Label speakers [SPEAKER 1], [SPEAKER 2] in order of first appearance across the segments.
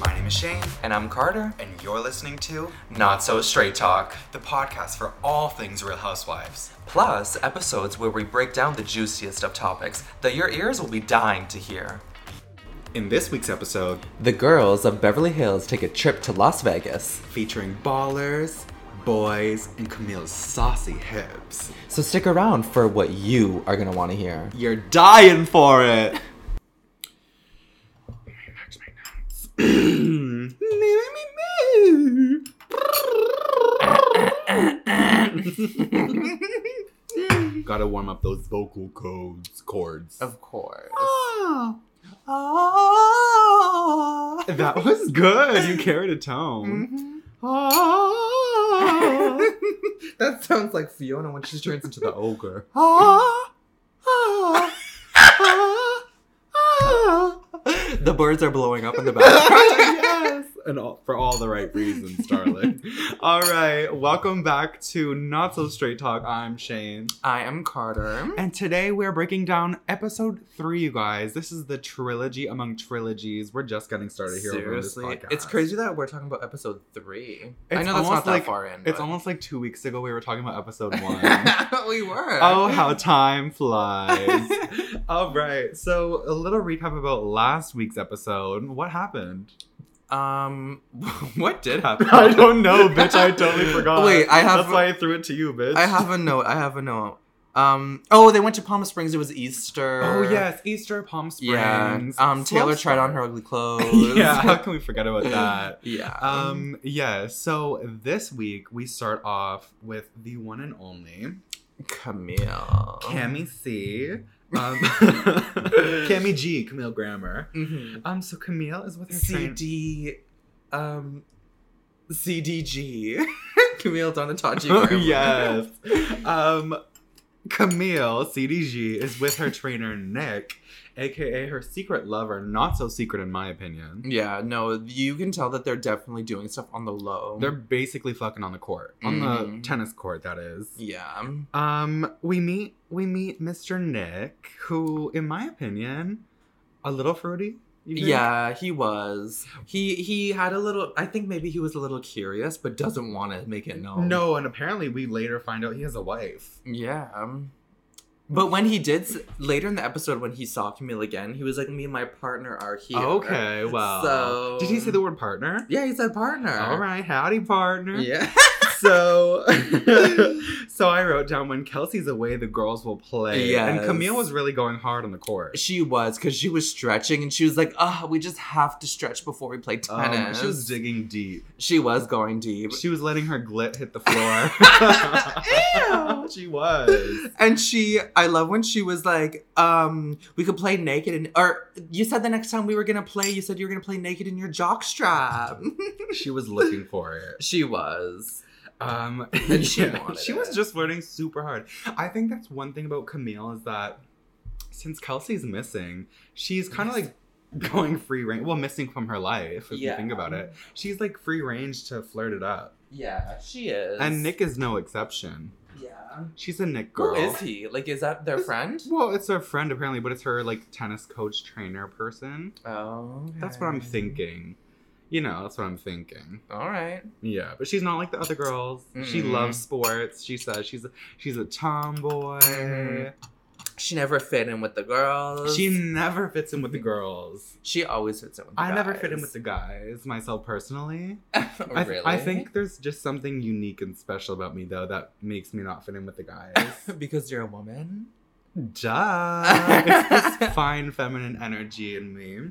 [SPEAKER 1] My name is Shane,
[SPEAKER 2] And I'm Carter.
[SPEAKER 1] and you're listening to
[SPEAKER 2] Not So Straight Talk.
[SPEAKER 1] the podcast for all things Real Housewives.
[SPEAKER 2] Plus, episodes where we break down the juiciest of topics that your ears will be dying to hear.
[SPEAKER 1] In this week's episode,
[SPEAKER 2] The girls of Beverly Hills take a trip to Las Vegas.
[SPEAKER 1] featuring ballers, boys, and Camille's saucy hips.
[SPEAKER 2] So stick around for what you are gonna wanna hear.
[SPEAKER 1] You're dying for it! Gotta warm up those vocal codes, Ah. chords.
[SPEAKER 2] course.
[SPEAKER 1] Ah. That was good. You carried a tone.
[SPEAKER 2] Mm-hmm.
[SPEAKER 1] Ah.
[SPEAKER 2] that sounds like Fiona when she turns into the ogre. Ah, ah. the birds are blowing up in the background.
[SPEAKER 1] yes, and all, for all the right reasons, darling. all right, welcome back to Not So Straight Talk. I'm Shane,
[SPEAKER 2] I am Carter.
[SPEAKER 1] and today we're breaking down episode three, you guys. This is the trilogy among trilogies. We're just getting started here. over this
[SPEAKER 2] Seriously,
[SPEAKER 1] podcast.
[SPEAKER 2] it's crazy that we're talking about episode three. I
[SPEAKER 1] It's
[SPEAKER 2] know that's
[SPEAKER 1] almost
[SPEAKER 2] not that
[SPEAKER 1] like-
[SPEAKER 2] far in.
[SPEAKER 1] It's
[SPEAKER 2] but-
[SPEAKER 1] almost like two weeks ago we were talking about episode one.
[SPEAKER 2] we were.
[SPEAKER 1] Oh, how time flies. All right. So, a little recap about last week's episode. What happened?
[SPEAKER 2] Um, what did happen?
[SPEAKER 1] I don't know, bitch. I totally forgot.
[SPEAKER 2] Wait, I have-
[SPEAKER 1] That's why I threw it to you, bitch.
[SPEAKER 2] I have a note. I have a note. Um. Oh, they went to Palm Springs. It was Easter.
[SPEAKER 1] Oh, yes. Easter, Palm
[SPEAKER 2] Yeah.
[SPEAKER 1] Springs.
[SPEAKER 2] Um.
[SPEAKER 1] Slow
[SPEAKER 2] Taylor tried on her
[SPEAKER 1] start.
[SPEAKER 2] ugly clothes.
[SPEAKER 1] Yeah. How can we forget about that?
[SPEAKER 2] yeah.
[SPEAKER 1] Um, yeah. So, this week we start off with the one and only.
[SPEAKER 2] Camille.
[SPEAKER 1] Cammy C. Um, Cammy G. Camille Grammer.
[SPEAKER 2] hmm
[SPEAKER 1] Um, so Camille is with her friend-
[SPEAKER 2] CD. Um. CDG. Camille Donatacci.
[SPEAKER 1] Oh,
[SPEAKER 2] Grammer.
[SPEAKER 1] yes. Um, Camille CDG is with her trainer Nick, aka her secret lover. Not so secret, in my opinion.
[SPEAKER 2] Yeah. No, you can tell that they're definitely doing stuff on the low.
[SPEAKER 1] They're basically fucking on the court, on the
[SPEAKER 2] Mhm.
[SPEAKER 1] tennis court, that is.
[SPEAKER 2] Yeah.
[SPEAKER 1] Um, we meet we meet Mr. Nick, who, in my opinion, a little fruity. you think?
[SPEAKER 2] Yeah, he was. He he had a little. I think maybe he was a little curious, but doesn't want to make it known.
[SPEAKER 1] No, and apparently we later find out he has a wife.
[SPEAKER 2] Yeah. um, But when he did s- later in the episode, when he saw Camille again, he was like, "Me and my partner are here."
[SPEAKER 1] Okay, well.
[SPEAKER 2] So-
[SPEAKER 1] Did he say the word partner?
[SPEAKER 2] Yeah, he said partner.
[SPEAKER 1] All right, howdy, partner.
[SPEAKER 2] Yeah.
[SPEAKER 1] so so I wrote down when Kelsey's away, the girls will play. And
[SPEAKER 2] Yes.
[SPEAKER 1] Camille was really going hard on the court.
[SPEAKER 2] She was because she was stretching and she was like, "Ah, we just have to stretch before we play
[SPEAKER 1] Um,
[SPEAKER 2] tennis."
[SPEAKER 1] she was digging deep.
[SPEAKER 2] She was going deep,
[SPEAKER 1] She was letting her glit hit the floor.
[SPEAKER 2] Ew.
[SPEAKER 1] she was.
[SPEAKER 2] and she. I love when she was like, "Um, we could play naked and or you said the next time we were gonna play, you said you were gonna play naked in your jockstrap."
[SPEAKER 1] She was looking for it.
[SPEAKER 2] She was.
[SPEAKER 1] Um,
[SPEAKER 2] And she
[SPEAKER 1] yeah,
[SPEAKER 2] wanted
[SPEAKER 1] she was
[SPEAKER 2] it.
[SPEAKER 1] just flirting super hard. I think that's one thing about Camille is that since Kelsey's missing, she's kind of like going free range. Well, missing from her life, if you
[SPEAKER 2] Yeah.
[SPEAKER 1] think about it. She's like free range to flirt it up.
[SPEAKER 2] Yeah, she is.
[SPEAKER 1] And Nick is no exception.
[SPEAKER 2] Yeah.
[SPEAKER 1] She's a Nick girl.
[SPEAKER 2] Who is he? Like, is that their friend?
[SPEAKER 1] Well, it's her friend apparently, but it's her like tennis coach trainer person.
[SPEAKER 2] Oh.
[SPEAKER 1] That's what I'm
[SPEAKER 2] okay.
[SPEAKER 1] thinking. You know, that's what I'm thinking.
[SPEAKER 2] All right.
[SPEAKER 1] Yeah, but she's not like the other girls. She
[SPEAKER 2] Mm-mm.
[SPEAKER 1] loves sports. She says she's a, she's a tomboy.
[SPEAKER 2] Mhm. She never fit in with the girls.
[SPEAKER 1] She never fits in with the girls.
[SPEAKER 2] she always fits in with. The
[SPEAKER 1] I never fit in with the guys myself personally.
[SPEAKER 2] the.
[SPEAKER 1] I,
[SPEAKER 2] Oh, really?
[SPEAKER 1] I think there's just something unique and special about me though that makes me not fit in with the guys.
[SPEAKER 2] because you're a woman.
[SPEAKER 1] Duh. it's this fine feminine energy in me.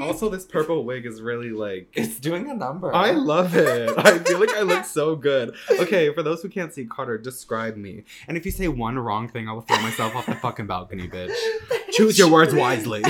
[SPEAKER 1] Also, this purple wig is really like.
[SPEAKER 2] it's doing a number.
[SPEAKER 1] I love it. I feel like I look so good. Okay, for those who can't see Carter, describe me. And if you say one wrong thing, I'll throw myself off the fucking balcony, bitch. Choose your words wisely.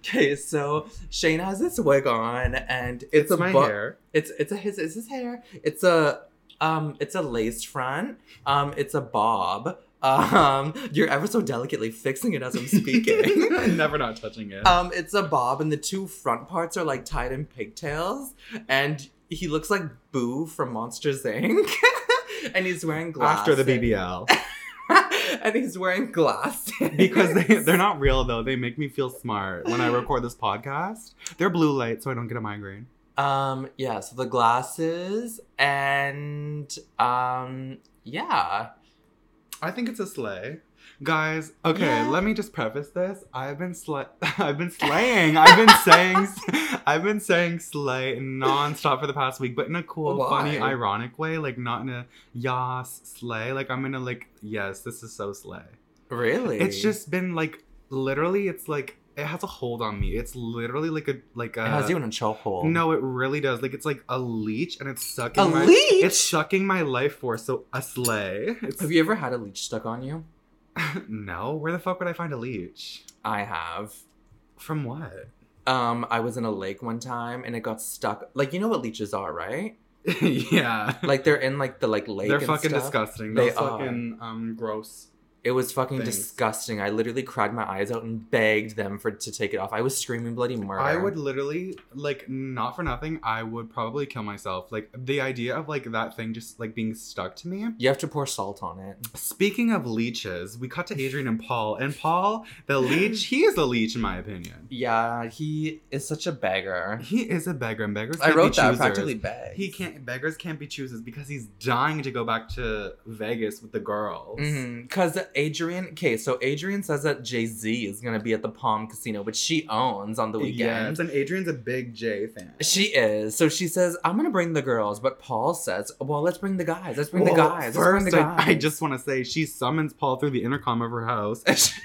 [SPEAKER 2] Okay, so Shane has this wig on, and it's,
[SPEAKER 1] It's
[SPEAKER 2] a
[SPEAKER 1] my
[SPEAKER 2] bu-
[SPEAKER 1] hair.
[SPEAKER 2] It's it's a his it's his hair. It's a um it's a lace front. Um it's a bob. Um you're ever so delicately fixing it as I'm
[SPEAKER 1] I'm
[SPEAKER 2] speaking.
[SPEAKER 1] never not touching it.
[SPEAKER 2] Um it's a bob and the two front parts are like tied in pigtails and he looks like Boo from Monsters Inc. and he's wearing glasses.
[SPEAKER 1] after the BBL
[SPEAKER 2] and he's wearing glasses.
[SPEAKER 1] because they, they're not real though. They make me feel smart when I record this podcast. They're blue light, so I don't get a migraine.
[SPEAKER 2] Um, yeah, so the glasses and um yeah.
[SPEAKER 1] I think it's a sleigh. Guys, okay,
[SPEAKER 2] Yeah.
[SPEAKER 1] let me just preface this. I've been sl- I've been slaying. I've been saying I've been saying slay nonstop for the past week, but in a cool,
[SPEAKER 2] Why?
[SPEAKER 1] funny, ironic way, like not in a yas slay. Like I'm in a like yes, this is so slay.
[SPEAKER 2] Really?
[SPEAKER 1] It's just been like literally it's like it has a hold on me. It's literally like a like a
[SPEAKER 2] it has you in a chokehold.
[SPEAKER 1] uh, No, it really does. Like it's like a leash and it's sucking
[SPEAKER 2] a
[SPEAKER 1] my
[SPEAKER 2] leech.
[SPEAKER 1] it's sucking my life force. So a slay. It's
[SPEAKER 2] Have you ever had a leech stuck on you?
[SPEAKER 1] no, where the fuck would I find a leech?
[SPEAKER 2] I have.
[SPEAKER 1] From what?
[SPEAKER 2] Um, I was in a lake one time and it got stuck. Like you know what leeches are, right?
[SPEAKER 1] yeah.
[SPEAKER 2] Like they're in like the like lake.
[SPEAKER 1] They're
[SPEAKER 2] and
[SPEAKER 1] fucking
[SPEAKER 2] stuff.
[SPEAKER 1] disgusting.
[SPEAKER 2] They
[SPEAKER 1] They're
[SPEAKER 2] are.
[SPEAKER 1] fucking um gross.
[SPEAKER 2] It was fucking
[SPEAKER 1] things.
[SPEAKER 2] disgusting. I literally cried my eyes out and begged them for to take it off. I was screaming bloody murder.
[SPEAKER 1] I would literally like not for nothing, I would probably kill myself. Like the idea of like that thing just like being stuck to me.
[SPEAKER 2] You have to pour salt on it.
[SPEAKER 1] Speaking of leeches, we cut to Adrian and Paul. And Paul, the leech, he is a leech in my opinion.
[SPEAKER 2] Yeah, he is such a beggar.
[SPEAKER 1] He is a beggar and beggars.
[SPEAKER 2] I
[SPEAKER 1] can't
[SPEAKER 2] wrote
[SPEAKER 1] be
[SPEAKER 2] that
[SPEAKER 1] choosers.
[SPEAKER 2] practically begged.
[SPEAKER 1] He can't beggars can't be choosers because he's dying to go back to Vegas with the girls.
[SPEAKER 2] Mm-hmm. Because Adrian, okay, so Adrian says that Jay Z is gonna be at the Palm Casino, which she owns on the weekend.
[SPEAKER 1] Yes, and Adrian's a big J fan.
[SPEAKER 2] She is. So she says, I'm gonna bring the girls, but Paul says, Well, let's bring the guys. Let's bring the
[SPEAKER 1] Well,
[SPEAKER 2] guys. Let's bring
[SPEAKER 1] First,
[SPEAKER 2] the
[SPEAKER 1] I,
[SPEAKER 2] guys.
[SPEAKER 1] I just want to say she summons Paul through the intercom of her house,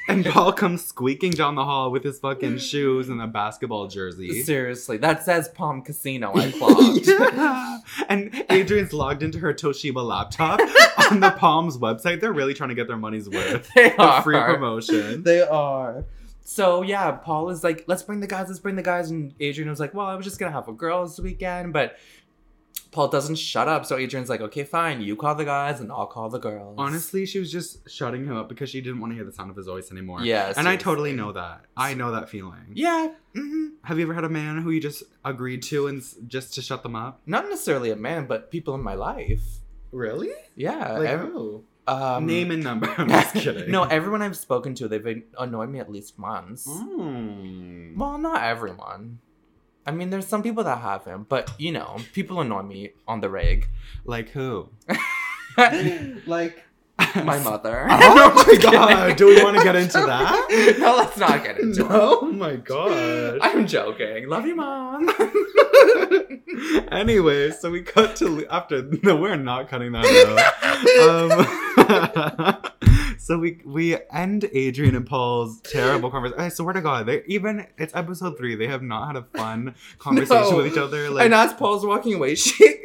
[SPEAKER 1] and Paul comes squeaking down the hall with his fucking shoes and a basketball jersey.
[SPEAKER 2] Seriously, that says Palm Casino. I clocked.
[SPEAKER 1] Yeah. And Adrian's logged into her Toshiba laptop on the Palms website. They're really trying to get their money's worth.
[SPEAKER 2] They
[SPEAKER 1] A
[SPEAKER 2] are.
[SPEAKER 1] free promotion.
[SPEAKER 2] They are. So yeah, Paul is like, let's bring the guys, let's bring the guys, and Adrian was like, well, I was just gonna have a girls' weekend, but Paul doesn't shut up. So Adrian's like, okay, fine, you call the guys, and I'll call the girls.
[SPEAKER 1] Honestly, she was just shutting him up because she didn't want to hear the sound of his voice anymore.
[SPEAKER 2] yeah,
[SPEAKER 1] And I totally
[SPEAKER 2] seriously.
[SPEAKER 1] know that. I know that feeling.
[SPEAKER 2] Yeah, hmm
[SPEAKER 1] Have you ever had a man who you just agreed to and s- just to shut them up?
[SPEAKER 2] not necessarily a man, but people in my life.
[SPEAKER 1] Really?
[SPEAKER 2] Yeah,
[SPEAKER 1] Like
[SPEAKER 2] Uh,
[SPEAKER 1] oh.
[SPEAKER 2] ev-
[SPEAKER 1] who?
[SPEAKER 2] um,
[SPEAKER 1] Name and number. I'm just kidding.
[SPEAKER 2] no, everyone I've spoken to, they've annoyed me at least once.
[SPEAKER 1] Mm.
[SPEAKER 2] Well, not everyone. I mean, there's some people that haven't, but you know, people annoy me on the rig.
[SPEAKER 1] Like who?
[SPEAKER 2] like my mother.
[SPEAKER 1] Oh my god! Do we want to get into that?
[SPEAKER 2] no, let's not get into
[SPEAKER 1] No, oh my
[SPEAKER 2] it.
[SPEAKER 1] god.
[SPEAKER 2] I'm joking. Love you, mom.
[SPEAKER 1] anyway, so we cut to Le- after. No, we're not cutting that out. um, so we we end Adrian and Paul's terrible conversation. I swear to God, they even it's episode three. They have not had a fun conversation
[SPEAKER 2] No.
[SPEAKER 1] with each other. Like
[SPEAKER 2] and as Paul's walking away, she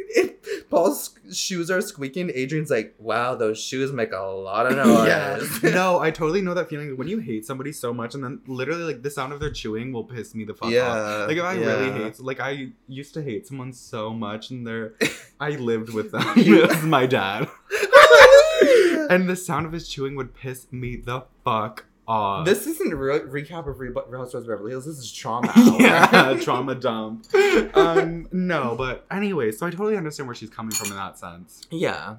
[SPEAKER 2] Paul's shoes are squeaking. Adrian's like, "Wow, those shoes make a lot of noise."
[SPEAKER 1] yeah, no, I totally know that feeling when you hate somebody so much, and then literally like the sound of their chewing will piss me the fuck off.
[SPEAKER 2] yeah.
[SPEAKER 1] Like if I really
[SPEAKER 2] yeah.
[SPEAKER 1] hate, like I used to hate someone so much, and they're, I lived with them. it was my dad, and the sound of his chewing would piss me the fuck off.
[SPEAKER 2] this isn't a re- recap of Re- Real Housewives of Beverly Hills. This is trauma.
[SPEAKER 1] yeah, trauma dump. Um, no, but anyway, so I totally understand where she's coming from in that sense.
[SPEAKER 2] yeah.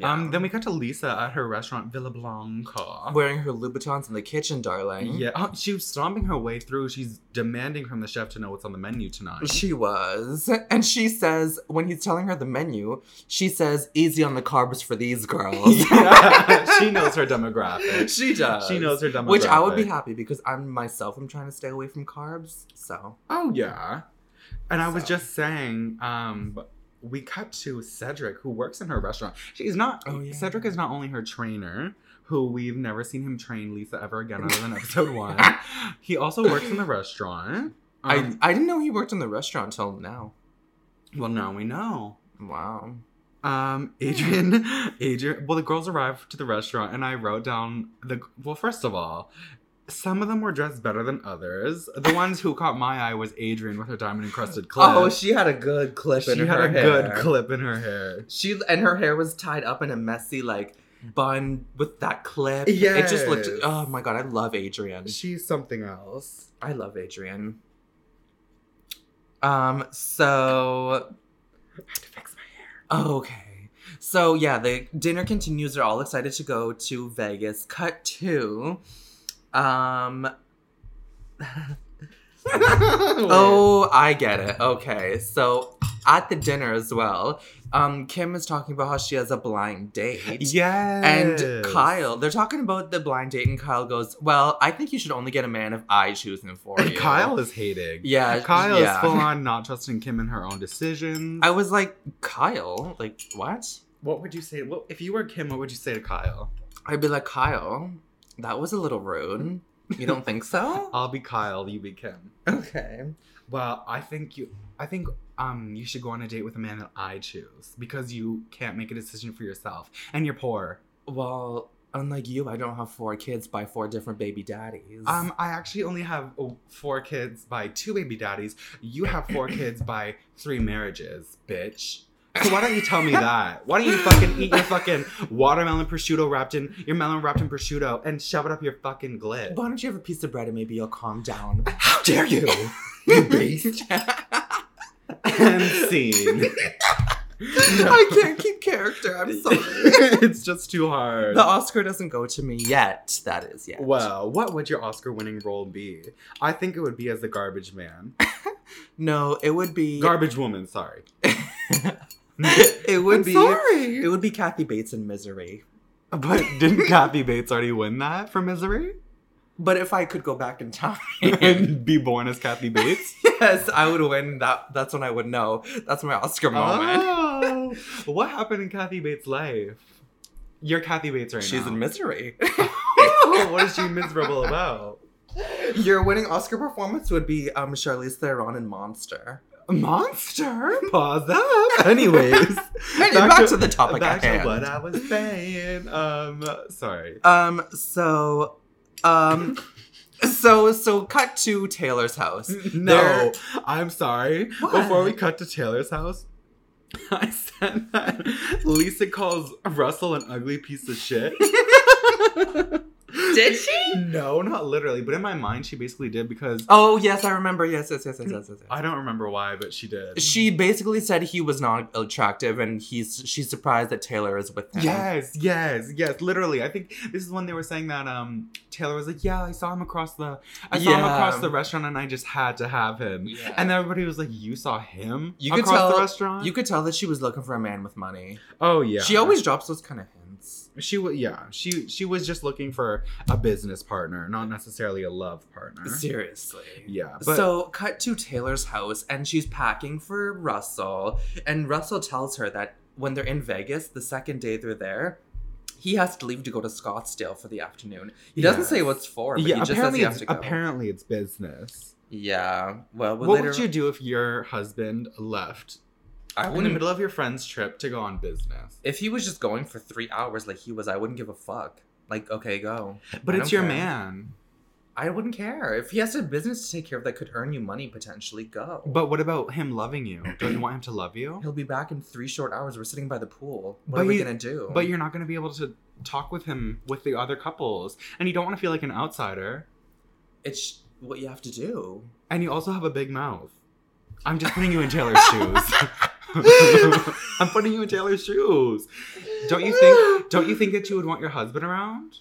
[SPEAKER 1] Um, then we got to Lisa at her restaurant Villa Blanca.
[SPEAKER 2] wearing her Louboutins in the kitchen, darling.
[SPEAKER 1] yeah, oh, she was stomping her way through. She's demanding from the chef to know what's on the menu tonight.
[SPEAKER 2] She was. And she says, when he's telling her the menu, she says, easy on the carbs for these girls.
[SPEAKER 1] yeah, she knows her demographic.
[SPEAKER 2] She does.
[SPEAKER 1] She knows her demographic.
[SPEAKER 2] Which I would be happy because I'm myself, I'm trying to stay away from carbs. So.
[SPEAKER 1] Oh yeah. And I was
[SPEAKER 2] So.
[SPEAKER 1] just saying, um, we cut to Cedric, who works in her restaurant. She's not.
[SPEAKER 2] Oh, yeah.
[SPEAKER 1] Cedric is not only her trainer, who we've never seen him train Lisa ever again other than episode one. He also works in the restaurant. Um,
[SPEAKER 2] I, I didn't know he worked in the restaurant till now.
[SPEAKER 1] well, now we know.
[SPEAKER 2] Wow.
[SPEAKER 1] Um, Adrian, Adrian. Well, the girls arrived to the restaurant, and I wrote down the. Well, first of all, some of them were dressed better than others. The ones who caught my eye was Adrian with her diamond encrusted clip.
[SPEAKER 2] Oh, she had a good clip in
[SPEAKER 1] she
[SPEAKER 2] her
[SPEAKER 1] had a
[SPEAKER 2] hair.
[SPEAKER 1] good clip in her hair.
[SPEAKER 2] She and her hair was tied up in a messy like bun with that clip. It just looked
[SPEAKER 1] Yes.
[SPEAKER 2] oh my god, I love Adrian.
[SPEAKER 1] She's something else.
[SPEAKER 2] I love Adrian. Um, so
[SPEAKER 1] I had to fix my hair.
[SPEAKER 2] oh, okay. So yeah, the dinner continues. They're all excited to go to Vegas. Cut to, um, oh, I get it. Okay, so at the dinner as well, um, Kim is talking about how she has a blind date.
[SPEAKER 1] yes.
[SPEAKER 2] And Kyle, they're talking about the blind date, and Kyle goes, "Well, I think you should only get a man if I choose him for you."
[SPEAKER 1] Kyle is hating.
[SPEAKER 2] Yeah,
[SPEAKER 1] Kyle
[SPEAKER 2] yeah.
[SPEAKER 1] is full on not trusting Kim in her own decisions.
[SPEAKER 2] I was like, Kyle, like what?
[SPEAKER 1] what would you say? What if you were Kim? What would you say to Kyle?
[SPEAKER 2] I'd be like, Kyle, that was a little rude. You don't think so?
[SPEAKER 1] I'll be Kyle. You be Kim.
[SPEAKER 2] okay.
[SPEAKER 1] Well, I think you. I think um you should go on a date with a man that I choose because you can't make a decision for yourself and you're poor.
[SPEAKER 2] Well, unlike you, I don't have four kids by four different baby daddies.
[SPEAKER 1] Um, I actually only have oh, four kids by two baby daddies. You have four kids by three marriages, bitch. So why don't you tell me that? Why don't you fucking eat your fucking watermelon prosciutto wrapped in your melon wrapped in prosciutto and shove it up your fucking glit?
[SPEAKER 2] why don't you have a piece of bread and maybe you'll calm down?
[SPEAKER 1] How dare you? You beast. and scene.
[SPEAKER 2] I can't keep character. I'm sorry.
[SPEAKER 1] it's just too hard.
[SPEAKER 2] the Oscar doesn't go to me yet. That is yet.
[SPEAKER 1] Well, what would your Oscar winning role be? I think it would be as the garbage man.
[SPEAKER 2] no, it would be.
[SPEAKER 1] Garbage woman, sorry.
[SPEAKER 2] it would
[SPEAKER 1] I'm
[SPEAKER 2] be.
[SPEAKER 1] sorry.
[SPEAKER 2] It would be Kathy Bates in Misery.
[SPEAKER 1] But didn't Kathy Bates already win that for Misery?
[SPEAKER 2] But if I could go back in time,
[SPEAKER 1] and be born as Kathy Bates?
[SPEAKER 2] yes, I would win. That that's when I would know. That's my Oscar moment.
[SPEAKER 1] Oh, what happened in Kathy Bates' life? You're Kathy Bates right
[SPEAKER 2] She's
[SPEAKER 1] now.
[SPEAKER 2] in misery.
[SPEAKER 1] Oh, what is she miserable about?
[SPEAKER 2] Your winning Oscar performance would be um, Charlize Theron in Monster.
[SPEAKER 1] Monster? Pause up. Anyways.
[SPEAKER 2] Anyway, back, to, the topic
[SPEAKER 1] back
[SPEAKER 2] at
[SPEAKER 1] to
[SPEAKER 2] hand.
[SPEAKER 1] what I was saying. Um, sorry.
[SPEAKER 2] Um, so, um, so, so, cut to Taylor's house.
[SPEAKER 1] No, I'm sorry.
[SPEAKER 2] What?
[SPEAKER 1] Before we cut to Taylor's house, I said that Lisa calls Russell an ugly piece of shit.
[SPEAKER 2] Did she?
[SPEAKER 1] No, not literally, but in my mind, she basically did because
[SPEAKER 2] Oh yes, I remember. Yes, yes, yes, yes, yes, yes. yes.
[SPEAKER 1] I don't remember why, but she did.
[SPEAKER 2] She basically said he was not attractive, and he's she's surprised that Taylor is with him.
[SPEAKER 1] Yes, yes, yes. Literally, I think this is when they were saying that um Taylor was like, "Yeah, I saw him across the, I saw him
[SPEAKER 2] Yeah.
[SPEAKER 1] across the restaurant, and I just had to have him."
[SPEAKER 2] Yeah.
[SPEAKER 1] And everybody was like, "You saw him?
[SPEAKER 2] You could
[SPEAKER 1] across
[SPEAKER 2] tell-
[SPEAKER 1] the restaurant?
[SPEAKER 2] you could tell that she was looking for a man with money.
[SPEAKER 1] oh yeah.
[SPEAKER 2] She always drops those kind of hints.
[SPEAKER 1] She was yeah. She she was just looking for a business partner, not necessarily a love partner.
[SPEAKER 2] Seriously.
[SPEAKER 1] Mm-hmm. Yeah, but
[SPEAKER 2] so, cut to Taylor's house, and she's packing for Russell. And Russell tells her that when they're in Vegas, the second day they're there, he has to leave to go to Scottsdale for the afternoon. He doesn't
[SPEAKER 1] Yes.
[SPEAKER 2] say what's for, but
[SPEAKER 1] yeah,
[SPEAKER 2] he just says
[SPEAKER 1] apparently
[SPEAKER 2] he has to
[SPEAKER 1] it's,
[SPEAKER 2] go.
[SPEAKER 1] apparently it's business.
[SPEAKER 2] yeah. Well,
[SPEAKER 1] what would you do if your husband left
[SPEAKER 2] I
[SPEAKER 1] in the
[SPEAKER 2] wouldn't.
[SPEAKER 1] middle of your friend's trip to go on business?
[SPEAKER 2] If he was just going for three hours like he was, I wouldn't give a fuck. Like, okay, go.
[SPEAKER 1] But
[SPEAKER 2] I
[SPEAKER 1] it's
[SPEAKER 2] don't
[SPEAKER 1] your
[SPEAKER 2] care.
[SPEAKER 1] man.
[SPEAKER 2] I wouldn't care. If he has a business to take care of that could earn you money, potentially go.
[SPEAKER 1] But what about him loving you? Don't you want him to love you?
[SPEAKER 2] He'll be back in three short hours. We're sitting by the pool. What
[SPEAKER 1] But
[SPEAKER 2] are we
[SPEAKER 1] you-
[SPEAKER 2] gonna do?
[SPEAKER 1] But you're not going to be able to talk with him with the other couples, and you don't want to feel like an outsider,
[SPEAKER 2] it's what you have to do.
[SPEAKER 1] and you also have a big mouth. I'm just putting you in Taylor's shoes. I'm putting you in Taylor's shoes. Don't you think? Don't you think that you would want your husband around?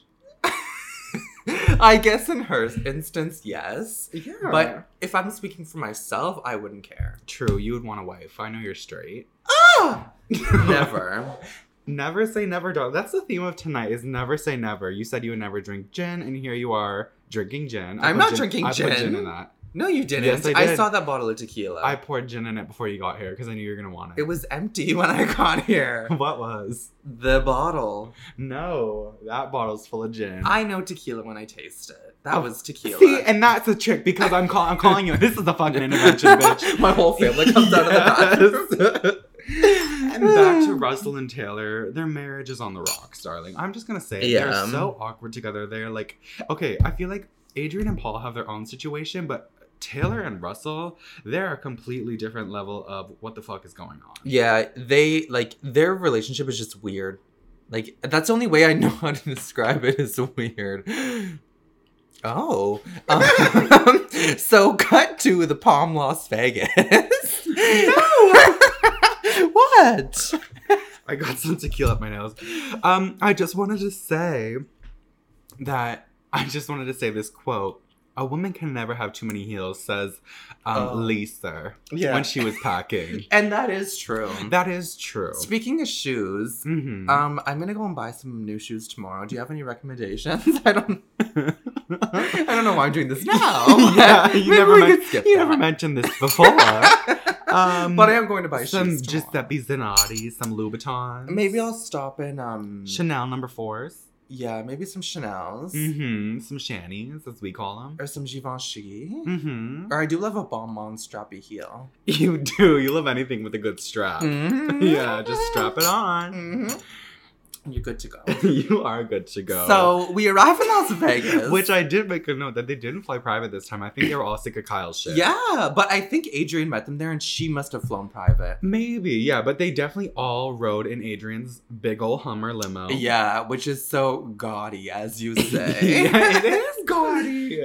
[SPEAKER 2] I guess in her instance, yes.
[SPEAKER 1] Yeah.
[SPEAKER 2] But if I'm speaking for myself, I wouldn't care.
[SPEAKER 1] true, you would want a wife. I know you're straight. Ah!
[SPEAKER 2] Never.
[SPEAKER 1] Never say never, dog. That's the theme of tonight is never say never. You said you would never drink gin, and here you are drinking gin. I
[SPEAKER 2] I'm
[SPEAKER 1] put
[SPEAKER 2] not
[SPEAKER 1] gin-
[SPEAKER 2] drinking
[SPEAKER 1] I put
[SPEAKER 2] gin.
[SPEAKER 1] gin in that.
[SPEAKER 2] No, you didn't.
[SPEAKER 1] Yes, I
[SPEAKER 2] I,
[SPEAKER 1] did.
[SPEAKER 2] saw that bottle of tequila.
[SPEAKER 1] I poured gin in it before you got here because I knew you were gonna want it.
[SPEAKER 2] it was empty when I got here.
[SPEAKER 1] what was?
[SPEAKER 2] The bottle.
[SPEAKER 1] No, that bottle's full of gin.
[SPEAKER 2] I know tequila when I taste it. That was tequila.
[SPEAKER 1] Oh. See, and that's a trick because I'm call- I'm calling you. This is a fucking intervention, bitch.
[SPEAKER 2] My whole family comes out of the bathroom.
[SPEAKER 1] and back to Russell and Taylor, their marriage is on the rocks, darling. I'm just gonna say it.
[SPEAKER 2] Yeah.
[SPEAKER 1] they're so awkward together. They're like, okay, I feel like Adrian and Paul have their own situation, but Taylor and Russell, they're a completely different level of what the fuck is going on.
[SPEAKER 2] Yeah, they like their relationship is just weird. Like that's the only way I know how to describe it is weird. Oh, Um, so cut to the Palm Las Vegas. no, what?
[SPEAKER 1] I got some tequila up my nose. Um, I just wanted to say that I just wanted to say this quote. A woman can never have too many heels, says um,
[SPEAKER 2] Oh.
[SPEAKER 1] Lisa
[SPEAKER 2] Yeah.
[SPEAKER 1] when she was packing.
[SPEAKER 2] and that is true.
[SPEAKER 1] that is true.
[SPEAKER 2] Speaking of shoes,
[SPEAKER 1] Mhm.
[SPEAKER 2] um, I'm gonna go and buy some new shoes tomorrow. Do you have any recommendations? I don't. I
[SPEAKER 1] Uh.
[SPEAKER 2] don't know why I'm doing this now.
[SPEAKER 1] yeah, you
[SPEAKER 2] Maybe
[SPEAKER 1] never,
[SPEAKER 2] we
[SPEAKER 1] men-
[SPEAKER 2] could skip
[SPEAKER 1] you never
[SPEAKER 2] that.
[SPEAKER 1] mentioned this before. um,
[SPEAKER 2] but I am going to buy
[SPEAKER 1] some
[SPEAKER 2] shoes tomorrow.
[SPEAKER 1] Giuseppe Zanotti, some Louboutins.
[SPEAKER 2] Maybe I'll stop and um.
[SPEAKER 1] Chanel number fours.
[SPEAKER 2] yeah, maybe some Chanel's
[SPEAKER 1] Mm-hmm. Some shanties, as we call them.
[SPEAKER 2] or some Givenchy.
[SPEAKER 1] Mm-hmm.
[SPEAKER 2] Or I do love a bonbon strappy heel.
[SPEAKER 1] You do. You love anything with a good strap. Yeah, just strap it on.
[SPEAKER 2] Mhm. You're good to go.
[SPEAKER 1] you are good to go.
[SPEAKER 2] So we arrive in Las Vegas,
[SPEAKER 1] Which I did make a note that they didn't fly private this time. I think they were all sick of Kyle's shit.
[SPEAKER 2] yeah, but I think Adrian met them there, and she must have flown private.
[SPEAKER 1] Maybe, yeah, but they definitely all rode in Adrian's big ol' Hummer limo.
[SPEAKER 2] Yeah, which is so gaudy, as you say.
[SPEAKER 1] yeah, it is gaudy.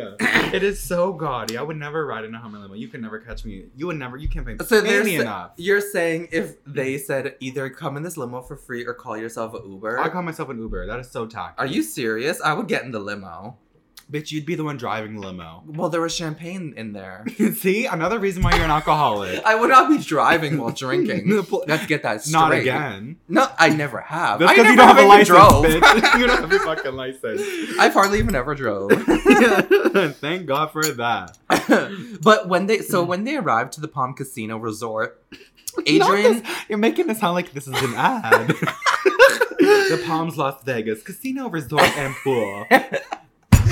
[SPEAKER 1] it is so gaudy. I would never ride in a Hummer limo. You can never catch me. You would never. You can't pay,
[SPEAKER 2] So
[SPEAKER 1] pay
[SPEAKER 2] there's
[SPEAKER 1] me
[SPEAKER 2] the-
[SPEAKER 1] enough.
[SPEAKER 2] You're saying if they said either come in this limo for free or call yourself an Uber.
[SPEAKER 1] I call myself an Uber. That is so tacky.
[SPEAKER 2] Are you serious? I would get in the limo.
[SPEAKER 1] Bitch, you'd be the one driving the limo.
[SPEAKER 2] Well, there was champagne in there.
[SPEAKER 1] See, another reason why you're an alcoholic.
[SPEAKER 2] I would not be driving while drinking. Let's get that straight.
[SPEAKER 1] Not again.
[SPEAKER 2] No, I never have.
[SPEAKER 1] That's
[SPEAKER 2] I
[SPEAKER 1] because you
[SPEAKER 2] never
[SPEAKER 1] don't have a
[SPEAKER 2] even
[SPEAKER 1] license,
[SPEAKER 2] drove.
[SPEAKER 1] bitch. You don't have your fucking license.
[SPEAKER 2] I've hardly even ever drove.
[SPEAKER 1] Thank God for that.
[SPEAKER 2] but when they so when they arrived to the Palm Casino Resort,
[SPEAKER 1] Not this-
[SPEAKER 2] Adrian
[SPEAKER 1] you're making it sound like this is an ad. the Palms Las Vegas Casino Resort and Pool.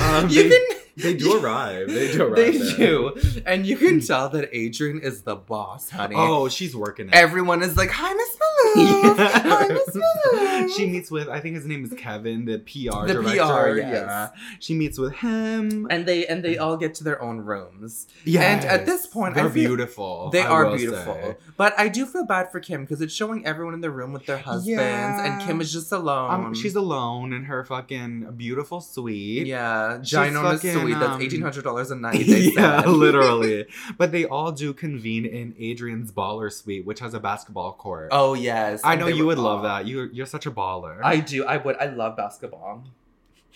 [SPEAKER 1] Um,
[SPEAKER 2] you
[SPEAKER 1] they,
[SPEAKER 2] can
[SPEAKER 1] they do arrive. They do arrive.
[SPEAKER 2] They
[SPEAKER 1] there. Hmm.
[SPEAKER 2] do. And you can tell that Adrian is the boss, honey.
[SPEAKER 1] Oh, she's working it.
[SPEAKER 2] Everyone is like, hi, Miss Maloof. Hi, Miss Maloof.
[SPEAKER 1] she meets with I think his name is Kevin, the PR
[SPEAKER 2] The
[SPEAKER 1] director.
[SPEAKER 2] PR, yes.
[SPEAKER 1] She meets with him.
[SPEAKER 2] and they and they all get to their own rooms.
[SPEAKER 1] Yes.
[SPEAKER 2] And at this point, I
[SPEAKER 1] they're
[SPEAKER 2] feel-
[SPEAKER 1] beautiful.
[SPEAKER 2] They
[SPEAKER 1] I
[SPEAKER 2] are
[SPEAKER 1] will
[SPEAKER 2] beautiful.
[SPEAKER 1] say.
[SPEAKER 2] But I do feel bad for Kim because it's showing everyone in the room with their husbands and
[SPEAKER 1] Yeah.
[SPEAKER 2] Kim is just alone.
[SPEAKER 1] Um, she's alone in her fucking beautiful suite.
[SPEAKER 2] yeah,
[SPEAKER 1] she's
[SPEAKER 2] ginormous
[SPEAKER 1] fucking,
[SPEAKER 2] suite
[SPEAKER 1] um,
[SPEAKER 2] that's eighteen hundred dollars a night. They
[SPEAKER 1] yeah,
[SPEAKER 2] said.
[SPEAKER 1] literally. But they all do convene in Adrian's baller suite, which has a basketball court.
[SPEAKER 2] Oh yes,
[SPEAKER 1] I
[SPEAKER 2] And
[SPEAKER 1] know
[SPEAKER 2] they
[SPEAKER 1] you
[SPEAKER 2] were
[SPEAKER 1] would love
[SPEAKER 2] all-
[SPEAKER 1] that. You you're such a baller.
[SPEAKER 2] I do. I would. I love basketball.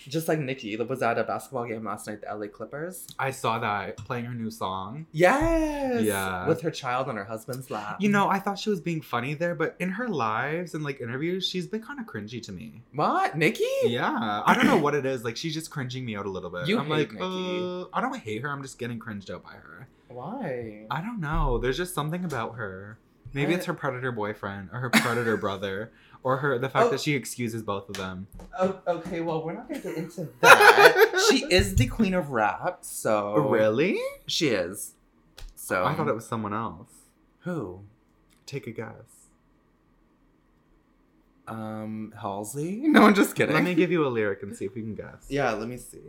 [SPEAKER 2] Just like Nikki that was at a basketball game last night, the LA Clippers.
[SPEAKER 1] I saw that playing her new song.
[SPEAKER 2] Yes.
[SPEAKER 1] Yeah.
[SPEAKER 2] With her child on her husband's lap.
[SPEAKER 1] You know, I thought she was being funny there, but in her lives and like interviews, she's been kind of cringy to me.
[SPEAKER 2] what, Nikki?
[SPEAKER 1] Yeah, I don't know what it is. Like she's just cringing me out a little bit.
[SPEAKER 2] You
[SPEAKER 1] I'm
[SPEAKER 2] hate
[SPEAKER 1] like,
[SPEAKER 2] Nikki.
[SPEAKER 1] uh, I don't hate her. I'm just getting cringed out by her.
[SPEAKER 2] Why?
[SPEAKER 1] I don't know. There's just something about her. Maybe
[SPEAKER 2] I-
[SPEAKER 1] it's her predator boyfriend or her predator brother or her the fact
[SPEAKER 2] Oh.
[SPEAKER 1] that she excuses both of them.
[SPEAKER 2] Oh, okay, well, we're not gonna get into that. she is the queen of rap, so
[SPEAKER 1] Oh, Really?
[SPEAKER 2] she is. So
[SPEAKER 1] I thought it was someone else.
[SPEAKER 2] who?
[SPEAKER 1] Take a guess.
[SPEAKER 2] Um, Halsey? No, I'm just kidding.
[SPEAKER 1] Let me give you a lyric and see if we can guess.
[SPEAKER 2] yeah, let me see.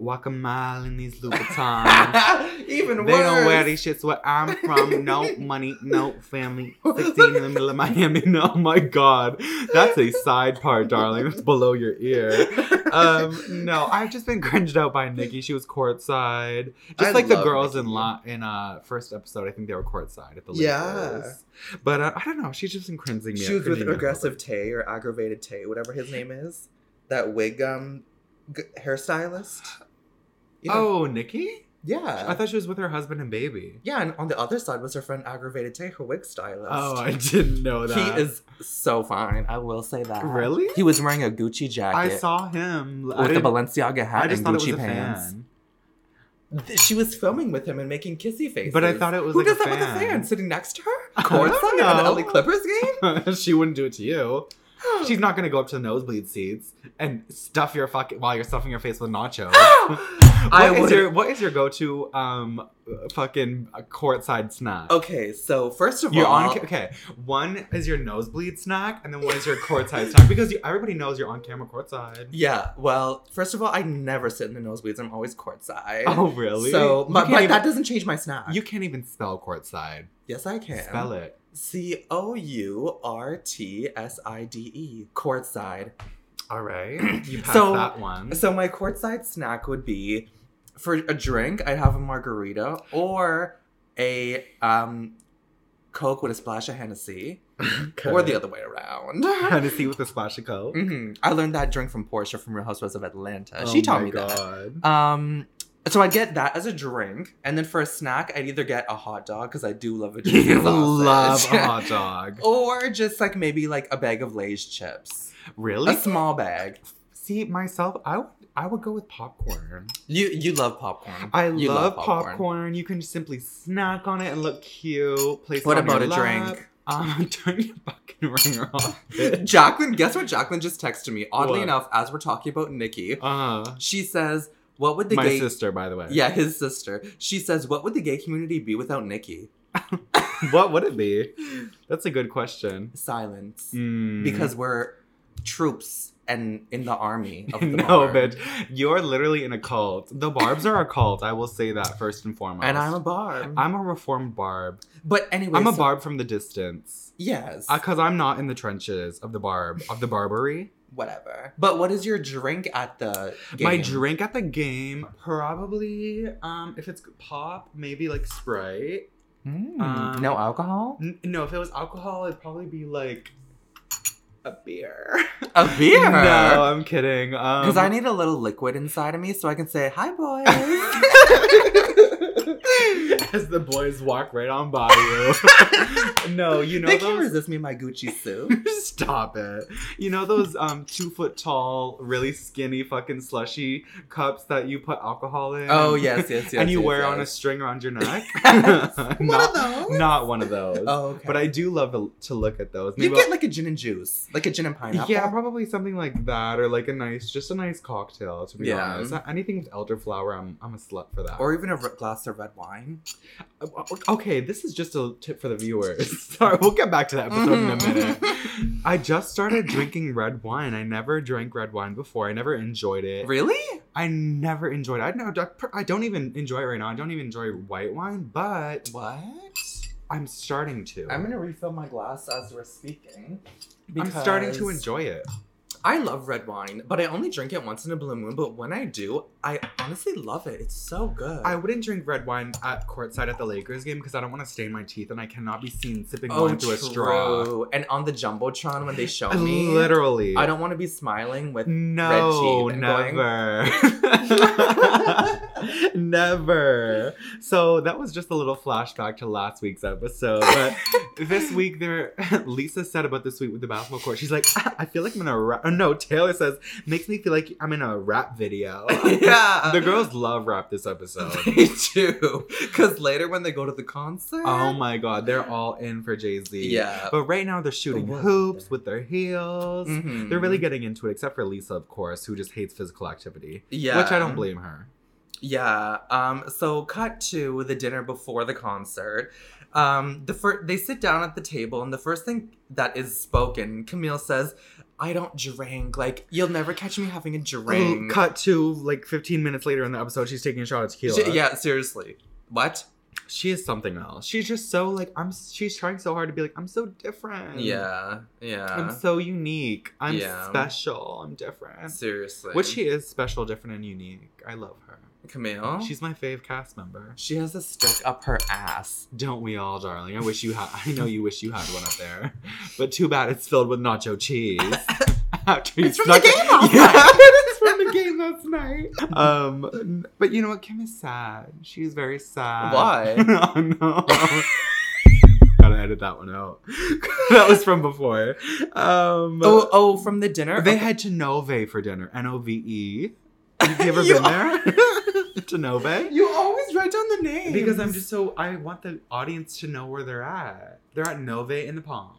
[SPEAKER 1] Walk a mile in these Louboutins.
[SPEAKER 2] Even
[SPEAKER 1] Um, They don't wear
[SPEAKER 2] worse.
[SPEAKER 1] these shits where I'm from. No money, no family. 16 in the middle of Miami. No, my God. That's a side part, darling. That's below your ear. Um, no, I've just been cringed out by Nikki. She was courtside. Just
[SPEAKER 2] I
[SPEAKER 1] like the
[SPEAKER 2] love
[SPEAKER 1] girls in
[SPEAKER 2] Nikki.
[SPEAKER 1] la- in uh first episode, I think they were courtside at the
[SPEAKER 2] Yeah.
[SPEAKER 1] Lakers. But uh, I don't know. She's just been cringing me.
[SPEAKER 2] She was with
[SPEAKER 1] cringing me out.
[SPEAKER 2] aggressive Tay or aggravated Tay, whatever his name is. That wig um g- hairstylist. You know-
[SPEAKER 1] Oh, Nikki?
[SPEAKER 2] yeah.
[SPEAKER 1] I thought she was with her husband and baby.
[SPEAKER 2] yeah, and on the other side was her friend aggravated Tay, her wig stylist.
[SPEAKER 1] Oh, I didn't know that.
[SPEAKER 2] He is so fine. I will say that.
[SPEAKER 1] uh, Really?
[SPEAKER 2] He was wearing a Gucci jacket.
[SPEAKER 1] I saw him. I
[SPEAKER 2] with a
[SPEAKER 1] didn't-
[SPEAKER 2] Balenciaga
[SPEAKER 1] I
[SPEAKER 2] hat
[SPEAKER 1] just
[SPEAKER 2] and
[SPEAKER 1] thought it was
[SPEAKER 2] Gucci
[SPEAKER 1] a
[SPEAKER 2] pants.
[SPEAKER 1] fan.
[SPEAKER 2] Th- She was filming with him and making kissy faces.
[SPEAKER 1] But I thought it was
[SPEAKER 2] Who
[SPEAKER 1] like a
[SPEAKER 2] does that with a
[SPEAKER 1] fan.
[SPEAKER 2] fan sitting next to her?
[SPEAKER 1] I don't
[SPEAKER 2] Courtside at
[SPEAKER 1] know.
[SPEAKER 2] the LA Clippers game.
[SPEAKER 1] she wouldn't do it to you. She's not gonna go up to the nosebleed seats and stuff your fucking while you're stuffing your face with nachos.
[SPEAKER 2] I
[SPEAKER 1] What is
[SPEAKER 2] would-
[SPEAKER 1] your what is your go-to um fucking courtside snack?
[SPEAKER 2] Okay, so first of
[SPEAKER 1] You're
[SPEAKER 2] all,
[SPEAKER 1] on ca- okay. One is your nosebleed snack, and then one is your courtside snack because you, everybody knows you're on camera courtside.
[SPEAKER 2] Yeah, well, first of all, I never sit in the nosebleeds. I'm always courtside.
[SPEAKER 1] Oh really?
[SPEAKER 2] So,
[SPEAKER 1] you
[SPEAKER 2] but,
[SPEAKER 1] can't
[SPEAKER 2] but
[SPEAKER 1] even,
[SPEAKER 2] that doesn't change my snack.
[SPEAKER 1] you can't even spell courtside.
[SPEAKER 2] yes, I can.
[SPEAKER 1] Spell it.
[SPEAKER 2] C O U R T S I D E, courtside.
[SPEAKER 1] All right. You passed
[SPEAKER 2] So-
[SPEAKER 1] that one.
[SPEAKER 2] So my courtside snack would be, for a drink, I'd have a margarita or a um, Coke with a splash of Hennessy. Or the other way around.
[SPEAKER 1] Hennessy with a splash of coke.
[SPEAKER 2] hmm I learned that drink from Portia from Real Housewives of Atlanta.
[SPEAKER 1] Mm, Oh
[SPEAKER 2] Uh, she taught
[SPEAKER 1] my
[SPEAKER 2] me
[SPEAKER 1] God.
[SPEAKER 2] that. Um, so I get that as a drink, and then for a snack, I'd either get a hot dog because I do love a cheesy
[SPEAKER 1] You
[SPEAKER 2] sausage.
[SPEAKER 1] love a hot dog.
[SPEAKER 2] or just like maybe like a bag of Lay's chips,
[SPEAKER 1] Really?
[SPEAKER 2] a small bag.
[SPEAKER 1] See myself, I would I would go with popcorn.
[SPEAKER 2] You you love popcorn.
[SPEAKER 1] I
[SPEAKER 2] You
[SPEAKER 1] love, popcorn. You can simply snack on it and look cute. Place it
[SPEAKER 2] What
[SPEAKER 1] on your
[SPEAKER 2] about a
[SPEAKER 1] lap.
[SPEAKER 2] drink?
[SPEAKER 1] Um, turn your fucking ringer off. bitch.
[SPEAKER 2] Jacqueline, guess what Jacqueline just texted me? Oddly
[SPEAKER 1] What?
[SPEAKER 2] enough, as we're talking about Nikki,
[SPEAKER 1] uh,
[SPEAKER 2] she says, "What would the
[SPEAKER 1] my
[SPEAKER 2] gay
[SPEAKER 1] sister, by the way.
[SPEAKER 2] yeah his sister?" She says, "What would the gay community be without Nikki?"
[SPEAKER 1] What would it be? That's a good question.
[SPEAKER 2] Silence,
[SPEAKER 1] Mm.
[SPEAKER 2] because we're troops and in the army of the
[SPEAKER 1] no,
[SPEAKER 2] bar.
[SPEAKER 1] bitch, you're literally in a cult. The Barb's are a cult. I will say that first and foremost.
[SPEAKER 2] And I'm a barb.
[SPEAKER 1] I'm a reformed Barb.
[SPEAKER 2] but anyway,
[SPEAKER 1] I'm a
[SPEAKER 2] so-
[SPEAKER 1] Barb from the distance.
[SPEAKER 2] Yes.
[SPEAKER 1] Because I'm not in the trenches of the Barb, of the Barbary.
[SPEAKER 2] whatever. But what is your drink at the game?
[SPEAKER 1] My drink at the game, probably, um, if it's pop, maybe like Sprite.
[SPEAKER 2] Mm,
[SPEAKER 1] um,
[SPEAKER 2] no alcohol.
[SPEAKER 1] N- no, if it was alcohol, it'd probably be like a beer.
[SPEAKER 2] A beer.
[SPEAKER 1] No, I'm kidding. Um,
[SPEAKER 2] Because
[SPEAKER 1] Because
[SPEAKER 2] I need a little liquid inside of me so I can say, hi, boys.
[SPEAKER 1] As the boys walk right on by you. no, you know
[SPEAKER 2] they can't
[SPEAKER 1] those.
[SPEAKER 2] resist me in my Gucci suit.
[SPEAKER 1] Stop it. You know those um two foot tall, really skinny fucking slushy cups that you put alcohol in?
[SPEAKER 2] oh, yes, yes, yes.
[SPEAKER 1] and you
[SPEAKER 2] yes,
[SPEAKER 1] wear on a
[SPEAKER 2] yes.
[SPEAKER 1] string around your neck?
[SPEAKER 2] Yes.
[SPEAKER 1] not,
[SPEAKER 2] One of those.
[SPEAKER 1] not one of those.
[SPEAKER 2] Oh, okay.
[SPEAKER 1] But I do love to- to look at those.
[SPEAKER 2] You
[SPEAKER 1] Maybe
[SPEAKER 2] get like a gin and juice, like a gin and pineapple.
[SPEAKER 1] Yeah, probably something like that, or like a nice, just a nice cocktail. To be
[SPEAKER 2] Yeah.
[SPEAKER 1] honest, anything with elderflower, I'm I'm a slut for that.
[SPEAKER 2] or even a r- glass of red wine.
[SPEAKER 1] Uh, okay, this is just a tip for the viewers. Sorry, we'll get back to that episode in
[SPEAKER 2] Mm-hmm.
[SPEAKER 1] a minute. I just started drinking red wine. I never drank red wine before. I never enjoyed it.
[SPEAKER 2] really?
[SPEAKER 1] I never enjoyed. It. I know. I don't even enjoy it right now. I don't even enjoy white wine, but
[SPEAKER 2] What?
[SPEAKER 1] I'm starting to.
[SPEAKER 2] I'm gonna refill my glass as we're speaking.
[SPEAKER 1] I'm starting to
[SPEAKER 2] because-
[SPEAKER 1] enjoy it.
[SPEAKER 2] I love red wine, but I only drink it once in a blue moon. But when I do, I honestly love it. It's so good.
[SPEAKER 1] I wouldn't drink red wine at courtside at the Lakers game because I don't want to stain my teeth and I cannot be seen sipping wine through a straw.
[SPEAKER 2] Oh, true. And on the jumbotron when they show me,
[SPEAKER 1] Literally.
[SPEAKER 2] I don't want to be smiling with.
[SPEAKER 1] No,
[SPEAKER 2] red cheek and
[SPEAKER 1] never. never. So that was just a little flashback to last week's episode. But this week, there, Lisa said about this week with the basketball court. She's like, "Ah, I feel like I'm in a rap. No, Taylor says, makes me feel like I'm in a rap video.
[SPEAKER 2] yeah,
[SPEAKER 1] The girls love rap this episode.
[SPEAKER 2] They do, because later when they go to the concert,
[SPEAKER 1] Oh my god, they're all in for Jay Z.
[SPEAKER 2] yeah,
[SPEAKER 1] But right now they're shooting
[SPEAKER 2] What?
[SPEAKER 1] hoops with their heels.
[SPEAKER 2] Mhm.
[SPEAKER 1] They're really getting into it, except for Lisa, of course, who just hates physical activity.
[SPEAKER 2] yeah,
[SPEAKER 1] Which I don't blame her.
[SPEAKER 2] Yeah. Um. So cut to the dinner before the concert. Um. The first they sit down at the table, and the first thing that is spoken, Camille says, "I don't drink. Like you'll never catch me having a drink."
[SPEAKER 1] Cut to like 15 minutes later in the episode, she's taking a shot of tequila.
[SPEAKER 2] She- yeah. Seriously. What?
[SPEAKER 1] She is something else. She's just so like, I'm she's trying so hard to be like, I'm so different.
[SPEAKER 2] Yeah. Yeah.
[SPEAKER 1] Mm. I'm so unique. I'm
[SPEAKER 2] Yeah.
[SPEAKER 1] special. I'm different.
[SPEAKER 2] Seriously.
[SPEAKER 1] Which she is special, different, and unique. I love her.
[SPEAKER 2] Camille?
[SPEAKER 1] She's my fave cast member.
[SPEAKER 2] she has a stick up her ass.
[SPEAKER 1] Don't we all, darling? I wish you had. I know you wish you had one up there, but too bad it's filled with nacho cheese. After you
[SPEAKER 2] It's from the
[SPEAKER 1] snuck it-
[SPEAKER 2] game last
[SPEAKER 1] Yeah,
[SPEAKER 2] night.
[SPEAKER 1] it's from the game last night. Um, n- but you know what? Kim is sad. She's very sad.
[SPEAKER 2] Why?
[SPEAKER 1] oh no. Gotta edit that one out. that was from before. Um,
[SPEAKER 2] Oh, oh, from the dinner.
[SPEAKER 1] they
[SPEAKER 2] Okay.
[SPEAKER 1] had Genove for dinner. N o v e. Have you ever
[SPEAKER 2] You
[SPEAKER 1] been there? Genove.
[SPEAKER 2] you always write down the name
[SPEAKER 1] Because I'm just so I want the audience to know where they're at. They're at Nove in the Palms.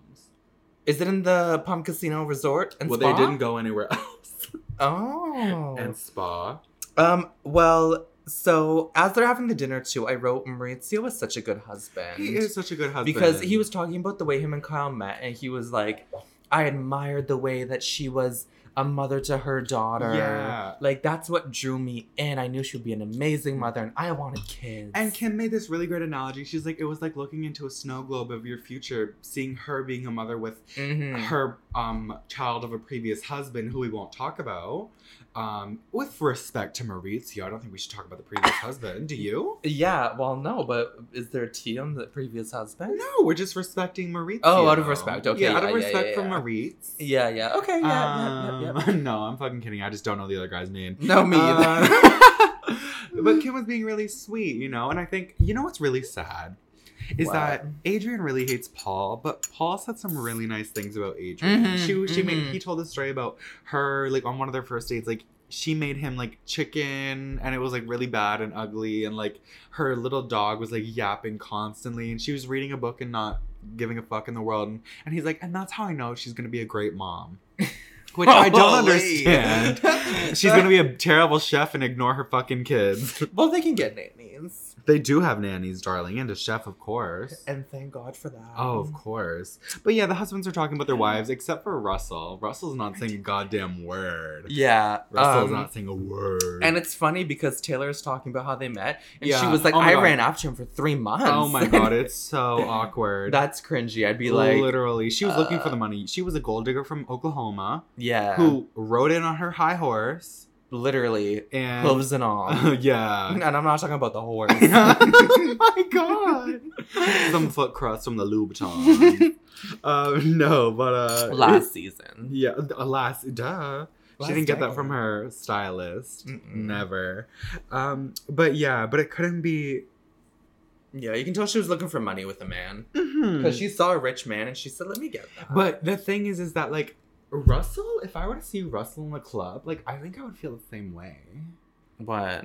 [SPEAKER 2] Is it in the Palm Casino Resort and
[SPEAKER 1] well,
[SPEAKER 2] Spa?
[SPEAKER 1] they didn't go anywhere else.
[SPEAKER 2] Oh.
[SPEAKER 1] And spa.
[SPEAKER 2] Um, well, so as they're having the dinner too, I wrote Maurizio was such a good husband.
[SPEAKER 1] He is such a good husband
[SPEAKER 2] because he was talking about the way him and Kyle met, and he was like, I admired the way that she was a mother to her daughter.
[SPEAKER 1] Yeah.
[SPEAKER 2] Like that's what drew me in. I knew she would be an amazing mother and I wanted kids.
[SPEAKER 1] And Kim made this really great analogy. She's like, it was like looking into a snow globe of your future, seeing her being a mother with
[SPEAKER 2] Mhm.
[SPEAKER 1] her um, child of a previous husband who we won't talk about. Um, with respect to Maurizio, I don't think we should talk about the previous husband. Do you?
[SPEAKER 2] Yeah, well no, but is there a tea on the previous husband?
[SPEAKER 1] No, we're just respecting Maurizio.
[SPEAKER 2] Oh, out of respect. Okay,
[SPEAKER 1] Yeah, out of
[SPEAKER 2] yeah, yeah,
[SPEAKER 1] respect
[SPEAKER 2] yeah,
[SPEAKER 1] for
[SPEAKER 2] yeah.
[SPEAKER 1] Maurice.
[SPEAKER 2] Yeah, yeah. Okay, yeah, yeah, yeah, yeah.
[SPEAKER 1] Um, no, I'm fucking kidding. I just don't know the other guy's name.
[SPEAKER 2] No me either.
[SPEAKER 1] Uh, but Kim was being really sweet, you know, and I think you know what's really sad is
[SPEAKER 2] What?
[SPEAKER 1] that Adrian really hates Paul, but Paul said some really nice things about Adrian.
[SPEAKER 2] Mhm,
[SPEAKER 1] she she made
[SPEAKER 2] mhm.
[SPEAKER 1] he told a story about her like on one of their first dates, like she made him like chicken and it was like really bad and ugly and like her little dog was like yapping constantly and she was reading a book and not giving a fuck in the world and, and he's like and that's how i know she's gonna be a great mom which i don't
[SPEAKER 2] Holy.
[SPEAKER 1] understand She's gonna be a terrible chef and ignore her fucking kids.
[SPEAKER 2] Well, they can get nannies,
[SPEAKER 1] They do have nannies, darling, and a chef, of course.
[SPEAKER 2] and thank God for that.
[SPEAKER 1] Oh, of course. But yeah, the husbands are talking about their wives, except for Russell. Russell's not saying a goddamn word.
[SPEAKER 2] Yeah.
[SPEAKER 1] Russell's
[SPEAKER 2] um,
[SPEAKER 1] not saying a word.
[SPEAKER 2] And it's funny because Taylor is talking about how they met, and she
[SPEAKER 1] Yeah.
[SPEAKER 2] was like,
[SPEAKER 1] Oh my
[SPEAKER 2] "I
[SPEAKER 1] God.
[SPEAKER 2] ran after him for three months."
[SPEAKER 1] oh my god, it's so awkward.
[SPEAKER 2] that's cringy. I'd be like,
[SPEAKER 1] literally, she was looking for
[SPEAKER 2] uh,
[SPEAKER 1] the money. She was a gold digger from Oklahoma
[SPEAKER 2] "Yeah,
[SPEAKER 1] who rode in on her high horse
[SPEAKER 2] literally
[SPEAKER 1] and
[SPEAKER 2] hooves and all."
[SPEAKER 1] yeah.
[SPEAKER 2] and I'm not talking about the horse.
[SPEAKER 1] oh my god! Some foot crust from the Louboutin. uh, no, but uh,
[SPEAKER 2] Last season,
[SPEAKER 1] yeah, alas, duh.
[SPEAKER 2] Last
[SPEAKER 1] she didn't get that
[SPEAKER 2] decade.
[SPEAKER 1] from her stylist.
[SPEAKER 2] Mm-mm.
[SPEAKER 1] Never. Um, but yeah, but it couldn't be
[SPEAKER 2] Yeah, you can tell she was looking for money with a man because
[SPEAKER 1] Mhm.
[SPEAKER 2] she saw a rich man and she said, "Let me get that."
[SPEAKER 1] But the thing is, is that like Russell, if I were to see Russell in the club, like I think I would feel the same way
[SPEAKER 2] what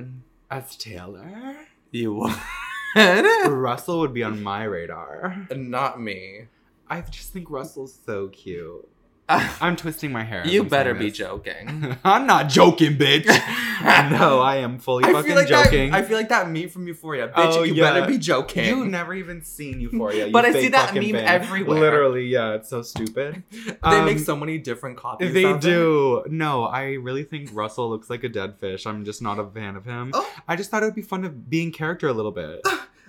[SPEAKER 1] as Taylor.
[SPEAKER 2] you would?
[SPEAKER 1] Russell would be on my radar.
[SPEAKER 2] not me.
[SPEAKER 1] I just think Russell's so cute. I'm twisting my hair. as
[SPEAKER 2] you
[SPEAKER 1] I'm
[SPEAKER 2] better
[SPEAKER 1] saying
[SPEAKER 2] be
[SPEAKER 1] this.
[SPEAKER 2] joking.
[SPEAKER 1] I'm not joking, bitch. no, I am fully
[SPEAKER 2] I
[SPEAKER 1] fucking
[SPEAKER 2] feel like
[SPEAKER 1] joking.
[SPEAKER 2] That, I feel like that meme from Euphoria. Bitch,
[SPEAKER 1] Oh,
[SPEAKER 2] you
[SPEAKER 1] yeah.
[SPEAKER 2] better be joking.
[SPEAKER 1] You've never even seen Euphoria. you
[SPEAKER 2] But I see
[SPEAKER 1] fake
[SPEAKER 2] that
[SPEAKER 1] fucking
[SPEAKER 2] meme
[SPEAKER 1] fan.
[SPEAKER 2] everywhere.
[SPEAKER 1] Literally, yeah, it's so stupid.
[SPEAKER 2] they
[SPEAKER 1] Um,
[SPEAKER 2] make so many different copies.
[SPEAKER 1] They
[SPEAKER 2] of it.
[SPEAKER 1] do. No, I really think Russell looks like a dead fish. I'm just not a fan of him.
[SPEAKER 2] Oh.
[SPEAKER 1] I just thought it would be fun to be in character a little bit.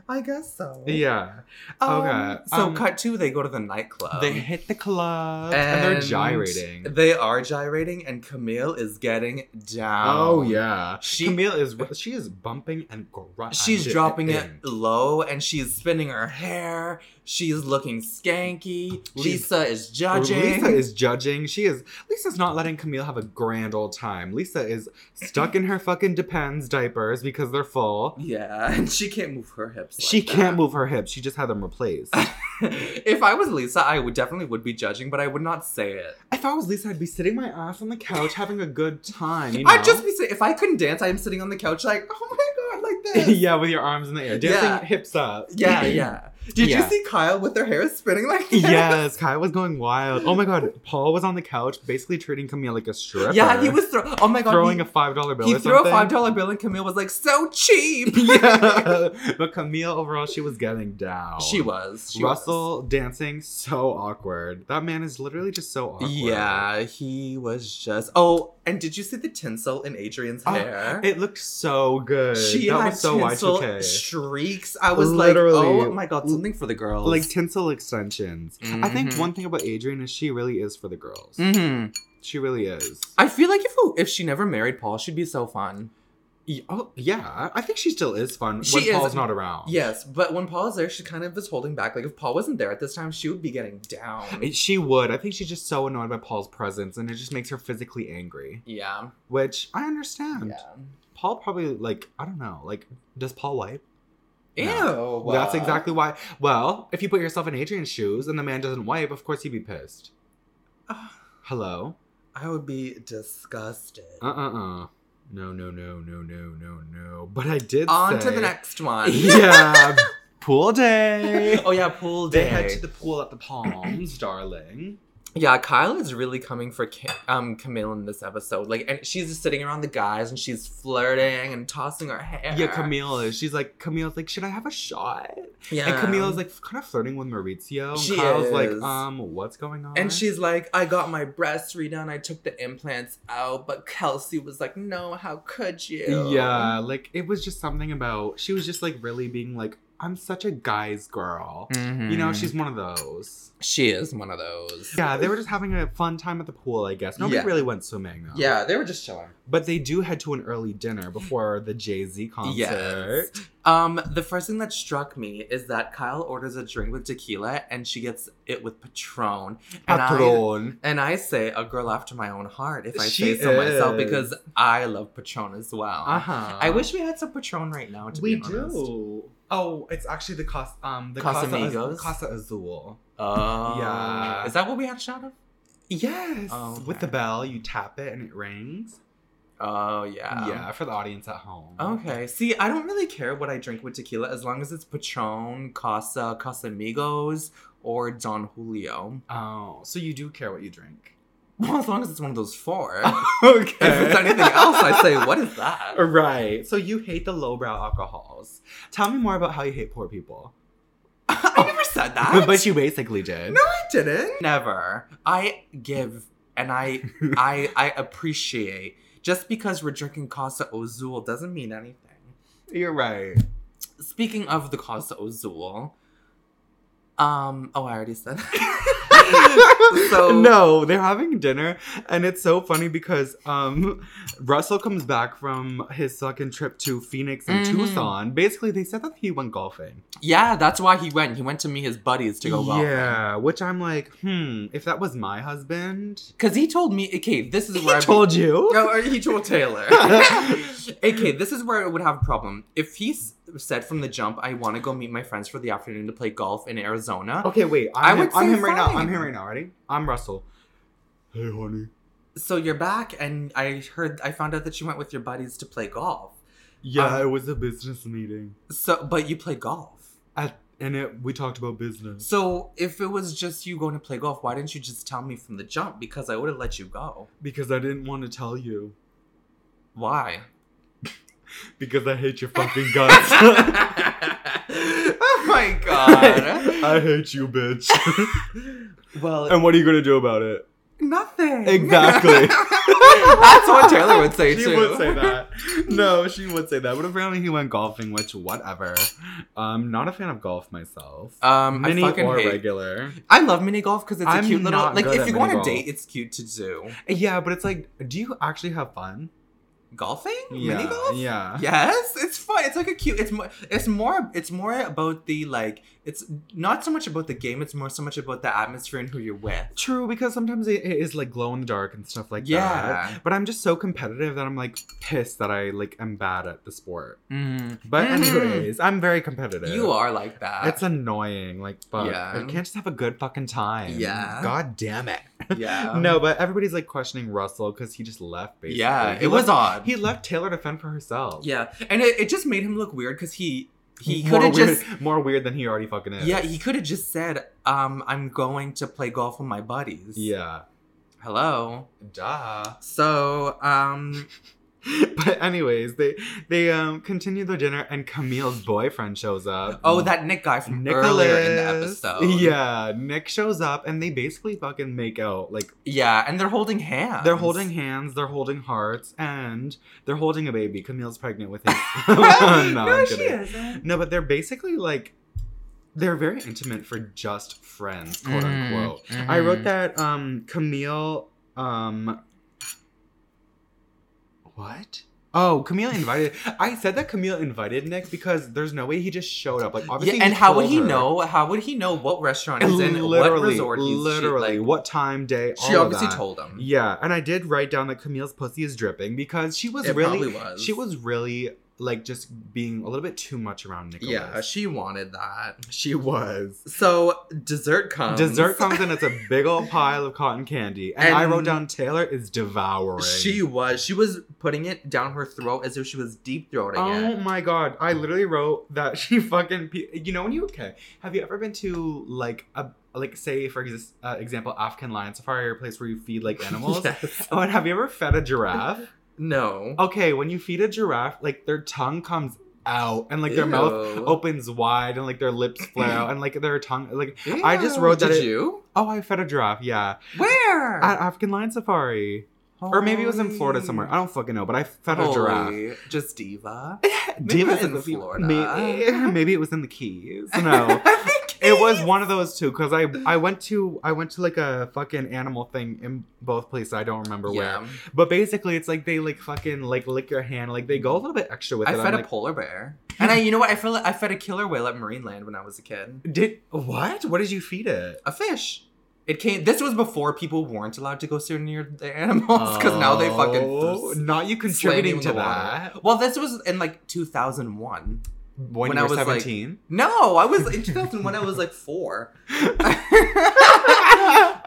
[SPEAKER 2] I guess so.
[SPEAKER 1] yeah.
[SPEAKER 2] Um,
[SPEAKER 1] okay,
[SPEAKER 2] So
[SPEAKER 1] um,
[SPEAKER 2] cut two. They go to the nightclub.
[SPEAKER 1] they hit the club and, they're gyrating.
[SPEAKER 2] They are gyrating, and Camille is getting down.
[SPEAKER 1] oh, yeah.
[SPEAKER 2] She-
[SPEAKER 1] Camille is she is bumping and grinding.
[SPEAKER 2] She's dropping it
[SPEAKER 1] in.
[SPEAKER 2] low and she's spinning her hair. She's looking skanky.
[SPEAKER 1] Lisa-
[SPEAKER 2] Lisa is judging.
[SPEAKER 1] Lisa is judging. She is Lisa's not letting Camille have a grand old time. Lisa is stuck in her fucking depends diapers because they're full.
[SPEAKER 2] yeah, and she can't move her hips.
[SPEAKER 1] She
[SPEAKER 2] like
[SPEAKER 1] can't
[SPEAKER 2] that.
[SPEAKER 1] move her hips. She just had them replaced.
[SPEAKER 2] if I was Lisa, I would definitely would be judging, but I would not say it.
[SPEAKER 1] if I was Lisa, I'd be sitting my ass on the couch having a good time. You know?
[SPEAKER 2] I'd just be sitting. If I couldn't dance, I'm sitting on the couch like, oh my god, like this.
[SPEAKER 1] yeah, with your arms in the air, dancing
[SPEAKER 2] Yeah.
[SPEAKER 1] hips up.
[SPEAKER 2] yeah, yeah. Did
[SPEAKER 1] Yeah.
[SPEAKER 2] you see Kyle with her hair spinning like this?
[SPEAKER 1] yes, Kai was going wild. Oh my god, Paul was on the couch basically treating Camille like a stripper.
[SPEAKER 2] Yeah, he was throw- Oh my god,
[SPEAKER 1] throwing
[SPEAKER 2] he,
[SPEAKER 1] a five dollar bill.
[SPEAKER 2] he
[SPEAKER 1] or
[SPEAKER 2] threw a
[SPEAKER 1] something.
[SPEAKER 2] five dollar bill, and Camille was like, so cheap.
[SPEAKER 1] yeah, but Camille overall, she was getting down.
[SPEAKER 2] she was. She was.
[SPEAKER 1] Russell dancing so awkward. That man is literally just so awkward.
[SPEAKER 2] Yeah, he was just. Oh, and did you see the tinsel in Adrian's
[SPEAKER 1] Oh,
[SPEAKER 2] hair?
[SPEAKER 1] It looked so good.
[SPEAKER 2] she
[SPEAKER 1] that
[SPEAKER 2] had
[SPEAKER 1] was so
[SPEAKER 2] tinsel
[SPEAKER 1] Y2K.
[SPEAKER 2] streaks. I was
[SPEAKER 1] Literally.
[SPEAKER 2] like, oh my god, something for the girls.
[SPEAKER 1] Like tinsel extensions. I think
[SPEAKER 2] Mhm.
[SPEAKER 1] one thing about Adrian is she really is for the girls.
[SPEAKER 2] Mhm.
[SPEAKER 1] She really is.
[SPEAKER 2] I feel like if if she never married Paul, she'd be so fun.
[SPEAKER 1] Y- oh, yeah. I think she still is fun
[SPEAKER 2] She
[SPEAKER 1] when
[SPEAKER 2] is-
[SPEAKER 1] Paul's not around.
[SPEAKER 2] Yes, but when Paul's there, she kind of is holding back. Like if Paul wasn't there at this time, she would be getting down.
[SPEAKER 1] It- She would. I think she's just so annoyed by Paul's presence and it just makes her physically angry,
[SPEAKER 2] Yeah.
[SPEAKER 1] which I understand.
[SPEAKER 2] Yeah.
[SPEAKER 1] Paul probably, like, I don't know. Like, does Paul wipe?
[SPEAKER 2] Ew.
[SPEAKER 1] That's
[SPEAKER 2] uh,
[SPEAKER 1] exactly why. Well, if you put yourself in Adrian's shoes and the man doesn't wipe, of course he'd be pissed. Hello?
[SPEAKER 2] I would be disgusted.
[SPEAKER 1] Uh uh uh. No, no, no, no, no, no, no. But I did
[SPEAKER 2] On to
[SPEAKER 1] say-
[SPEAKER 2] the next one.
[SPEAKER 1] yeah. pool day.
[SPEAKER 2] oh yeah, pool day.
[SPEAKER 1] They head to the pool at the Palms, darling.
[SPEAKER 2] Yeah, Kyle is really coming for Ca- um Camille in this episode. Like, and she's just sitting around the guys and she's flirting and tossing her hair.
[SPEAKER 1] Yeah, Camille is. She's like, Camille's like, should I have a shot?
[SPEAKER 2] Yeah,
[SPEAKER 1] And Camille is like kind of flirting with Maurizio. And
[SPEAKER 2] She
[SPEAKER 1] Kyle's like,
[SPEAKER 2] is.
[SPEAKER 1] um, what's going on?
[SPEAKER 2] And she's like, I got my breasts redone. I took the implants out, but Kelsey was like, No, how could you?
[SPEAKER 1] Yeah, like it was just something about she was just like really being like, I'm such a guy's girl. You
[SPEAKER 2] Mm.
[SPEAKER 1] know, she's one of those.
[SPEAKER 2] Mm-hmm. she is one of those.
[SPEAKER 1] Yeah, they were just having a fun time at the pool, I guess. Nobody
[SPEAKER 2] Yeah.
[SPEAKER 1] really went swimming though.
[SPEAKER 2] Yeah, they were just chilling.
[SPEAKER 1] But they do head to an early dinner before the Jay-Z concert.
[SPEAKER 2] Um, the first thing that struck me is that Kyle orders a drink with tequila and she gets it with Patron. And I-
[SPEAKER 1] Patron.
[SPEAKER 2] And I say a girl after my own heart if I
[SPEAKER 1] She
[SPEAKER 2] say so myself
[SPEAKER 1] is.
[SPEAKER 2] because I love Patron as well.
[SPEAKER 1] Uh-huh.
[SPEAKER 2] I wish we had some Patron right now. To
[SPEAKER 1] we
[SPEAKER 2] be honest.
[SPEAKER 1] do. Oh, it's actually the cost um the
[SPEAKER 2] Casamigos?
[SPEAKER 1] Casa, Casa Azul.
[SPEAKER 2] Oh,
[SPEAKER 1] Yeah.
[SPEAKER 2] Is that what we had a shot of?
[SPEAKER 1] Yes.
[SPEAKER 2] Oh,
[SPEAKER 1] Um, With the
[SPEAKER 2] okay.
[SPEAKER 1] bell, you tap it and it rings.
[SPEAKER 2] Oh yeah.
[SPEAKER 1] yeah, for the audience at home.
[SPEAKER 2] Okay. See, I don't really care what I drink with tequila as long as it's Patron, Casa, Casamigos, or Don Julio.
[SPEAKER 1] Oh, so you do care what you drink.
[SPEAKER 2] Well, as long as it's one of those four.
[SPEAKER 1] okay.
[SPEAKER 2] if it's anything else, I say, what is that?
[SPEAKER 1] Right. So you hate the lowbrow alcohols. Tell me more about how you hate poor people.
[SPEAKER 2] I never said that.
[SPEAKER 1] But, but you basically did.
[SPEAKER 2] No, I didn't. Never. I give and I I I appreciate. Just because we're drinking Casa Ozul doesn't mean anything.
[SPEAKER 1] You're right.
[SPEAKER 2] Speaking of the Casa Ozul, um, oh, I already said. So-
[SPEAKER 1] no, they're having dinner, and it's so funny because um, Russell comes back from his second trip to Phoenix and
[SPEAKER 2] Mhm.
[SPEAKER 1] Tucson. Basically, they said that he went golfing.
[SPEAKER 2] yeah, that's why he went. He went to meet his buddies to go golfing.
[SPEAKER 1] Yeah, which I'm like, hmm. If that was my husband,
[SPEAKER 2] Cause he told me, okay, this is
[SPEAKER 1] he
[SPEAKER 2] where I
[SPEAKER 1] told you.
[SPEAKER 2] No, or he told Taylor. okay, this is where I would have a problem. If he s- said from the jump, I want to go meet my friends for the afternoon to play golf in Arizona.
[SPEAKER 1] Okay, wait.
[SPEAKER 2] I
[SPEAKER 1] I'm, him,
[SPEAKER 2] would
[SPEAKER 1] I'm
[SPEAKER 2] say
[SPEAKER 1] him right now. I'm
[SPEAKER 2] fine.
[SPEAKER 1] him right now. Ready? I'm Russell. Hey, honey.
[SPEAKER 2] So you're back, and I heard, I found out that you went with your buddies to play golf.
[SPEAKER 1] Yeah,
[SPEAKER 2] Um,
[SPEAKER 1] it was a business meeting,
[SPEAKER 2] So, but you play golf.
[SPEAKER 1] At, and it we talked about business.
[SPEAKER 2] So if it was just you going to play golf, why didn't you just tell me from the jump? Because I would have let you go.
[SPEAKER 1] Because I didn't want to tell you.
[SPEAKER 2] Why?
[SPEAKER 1] Because I hate your fucking guts.
[SPEAKER 2] oh my god.
[SPEAKER 1] I hate you, bitch.
[SPEAKER 2] well,
[SPEAKER 1] and what are you gonna do about it?
[SPEAKER 2] nothing.
[SPEAKER 1] Exactly.
[SPEAKER 2] That's what Taylor would say
[SPEAKER 1] she
[SPEAKER 2] too.
[SPEAKER 1] would say that. No, she would say that. But apparently he went golfing, which whatever. Um, not a fan of golf myself.
[SPEAKER 2] Um,
[SPEAKER 1] Mini
[SPEAKER 2] I fucking
[SPEAKER 1] or
[SPEAKER 2] hate.
[SPEAKER 1] regular.
[SPEAKER 2] I love mini golf because it's a
[SPEAKER 1] I'm
[SPEAKER 2] cute little
[SPEAKER 1] not
[SPEAKER 2] like
[SPEAKER 1] good
[SPEAKER 2] if
[SPEAKER 1] at
[SPEAKER 2] you go on
[SPEAKER 1] mini
[SPEAKER 2] a
[SPEAKER 1] golf.
[SPEAKER 2] date, it's cute to do.
[SPEAKER 1] Yeah, but it's like, do you actually have fun?
[SPEAKER 2] Golfing?
[SPEAKER 1] Yeah,
[SPEAKER 2] Mini golf?
[SPEAKER 1] Yeah.
[SPEAKER 2] Yes, it's fun. It's like a cute. It's more. It's more. It's more about the like. It's not so much about the game. It's more so much about the atmosphere and who you're with.
[SPEAKER 1] True, because sometimes it, it is like glow in the dark and stuff like that.
[SPEAKER 2] Yeah.
[SPEAKER 1] But I'm just so competitive that I'm like pissed that I like am bad at the sport.
[SPEAKER 2] Mm.
[SPEAKER 1] But
[SPEAKER 2] Mhm.
[SPEAKER 1] anyways, I'm very competitive.
[SPEAKER 2] You are like that.
[SPEAKER 1] It's annoying. Like, fuck.
[SPEAKER 2] Yeah.
[SPEAKER 1] I can't just have a good fucking time.
[SPEAKER 2] Yeah.
[SPEAKER 1] God damn it.
[SPEAKER 2] yeah.
[SPEAKER 1] no, but everybody's like questioning Russell because he just left. Basically.
[SPEAKER 2] Yeah,
[SPEAKER 1] He
[SPEAKER 2] it was
[SPEAKER 1] left-
[SPEAKER 2] odd.
[SPEAKER 1] He left Taylor to fend for herself.
[SPEAKER 2] yeah, and it, it just made him look weird because he he
[SPEAKER 1] More
[SPEAKER 2] could have
[SPEAKER 1] weird-
[SPEAKER 2] just
[SPEAKER 1] more weird than he already fucking is.
[SPEAKER 2] yeah he could have just said um I'm going to play golf with my buddies.
[SPEAKER 1] Yeah.
[SPEAKER 2] Hello.
[SPEAKER 1] Duh.
[SPEAKER 2] So um
[SPEAKER 1] but anyways, they they um continue their dinner and Camille's boyfriend shows up.
[SPEAKER 2] oh that Nick guy from earlier in the
[SPEAKER 1] Mm. Nicholas.
[SPEAKER 2] episode.
[SPEAKER 1] Yeah, Nick shows up and they basically fucking make out. Like
[SPEAKER 2] Yeah, and they're holding hands.
[SPEAKER 1] they're holding hands, they're holding hearts, and they're holding a baby. Camille's pregnant with his.
[SPEAKER 2] no,
[SPEAKER 1] I'm
[SPEAKER 2] she
[SPEAKER 1] kidding.
[SPEAKER 2] isn't.
[SPEAKER 1] No, but they're basically like they're very intimate for just friends, quote
[SPEAKER 2] Mm,
[SPEAKER 1] unquote. I wrote that um Camille um what? Oh, Camille invited. I said that Camille invited Nick because there's no way he just showed up. Like obviously,
[SPEAKER 2] Yeah, and how would
[SPEAKER 1] told
[SPEAKER 2] he
[SPEAKER 1] her.
[SPEAKER 2] know? How would he know what restaurant
[SPEAKER 1] And
[SPEAKER 2] he's in, what
[SPEAKER 1] literally,
[SPEAKER 2] resort he's
[SPEAKER 1] literally,
[SPEAKER 2] She, like,
[SPEAKER 1] what time, day? All
[SPEAKER 2] she obviously
[SPEAKER 1] of that.
[SPEAKER 2] told him.
[SPEAKER 1] Yeah, and I did write down that Camille's pussy is dripping because she was
[SPEAKER 2] It
[SPEAKER 1] really,
[SPEAKER 2] probably was.
[SPEAKER 1] she was really like just being a little bit too much around Nicholas.
[SPEAKER 2] Yeah, uh, she wanted that.
[SPEAKER 1] she was.
[SPEAKER 2] So dessert comes.
[SPEAKER 1] Dessert comes in, it's a big old pile of cotton candy. And, I
[SPEAKER 2] And-
[SPEAKER 1] wrote down Taylor is devouring.
[SPEAKER 2] She was. She was putting it down her throat as if she was deep throating
[SPEAKER 1] Oh
[SPEAKER 2] it.
[SPEAKER 1] my god. I literally wrote that she fucking. Pe- you know, when you. Okay. Have you ever been to, like, a, like say for ex- uh, example African lion safari or a place where you feed like animals.
[SPEAKER 2] Yes.
[SPEAKER 1] Oh, and have you ever fed a giraffe?
[SPEAKER 2] No.
[SPEAKER 1] Okay, when you feed a giraffe, like their tongue comes out and like their mouth
[SPEAKER 2] Ew.
[SPEAKER 1] opens wide and like their lips flare out and like their tongue like
[SPEAKER 2] Oh,
[SPEAKER 1] I just wrote that
[SPEAKER 2] Did
[SPEAKER 1] it-
[SPEAKER 2] you?
[SPEAKER 1] oh I fed a giraffe yeah
[SPEAKER 2] Where?
[SPEAKER 1] at African lion safari or maybe it was in Florida somewhere I don't fucking know but I fed a giraffe.
[SPEAKER 2] Holy. Just diva.
[SPEAKER 1] Maybe
[SPEAKER 2] it was
[SPEAKER 1] in
[SPEAKER 2] in
[SPEAKER 1] the-
[SPEAKER 2] Florida.
[SPEAKER 1] Maybe, maybe it was in the Keys. No. It was one of those two because I I went to I went to like a fucking animal thing in both places. I don't remember where,
[SPEAKER 2] Yeah.
[SPEAKER 1] but basically it's like they like fucking like lick your hand. Like they go a little bit extra with
[SPEAKER 2] I
[SPEAKER 1] it.
[SPEAKER 2] fed
[SPEAKER 1] I'm
[SPEAKER 2] a
[SPEAKER 1] like,
[SPEAKER 2] polar bear. And I, you know what? I feel like I fed a killer whale at Marineland when I was a kid.
[SPEAKER 1] did what? What did you feed it?
[SPEAKER 2] A fish. It came. This was before people weren't allowed to go so near the animals because now they
[SPEAKER 1] Oh,
[SPEAKER 2] fucking.
[SPEAKER 1] not you
[SPEAKER 2] slam you
[SPEAKER 1] contributing
[SPEAKER 2] in
[SPEAKER 1] to
[SPEAKER 2] the water.
[SPEAKER 1] that
[SPEAKER 2] Well, this was in like 2001.
[SPEAKER 1] when,
[SPEAKER 2] When
[SPEAKER 1] you
[SPEAKER 2] I
[SPEAKER 1] were
[SPEAKER 2] was, like-
[SPEAKER 1] seventeen.
[SPEAKER 2] No, I was in 2001. I was like four.